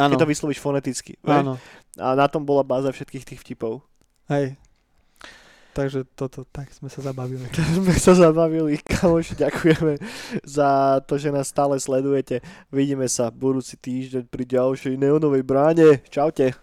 ano. áno, keď to vyslovíš foneticky. Vieš? áno, A na tom bola báza všetkých tých vtipov. <laughs> hej. Takže toto, tak sme sa zabavili. Takže sme sa zabavili, kamoš, <laughs> ďakujeme za to, že nás stále sledujete. Vidíme sa budúci týždeň pri ďalšej neonovej bráne. Čaute.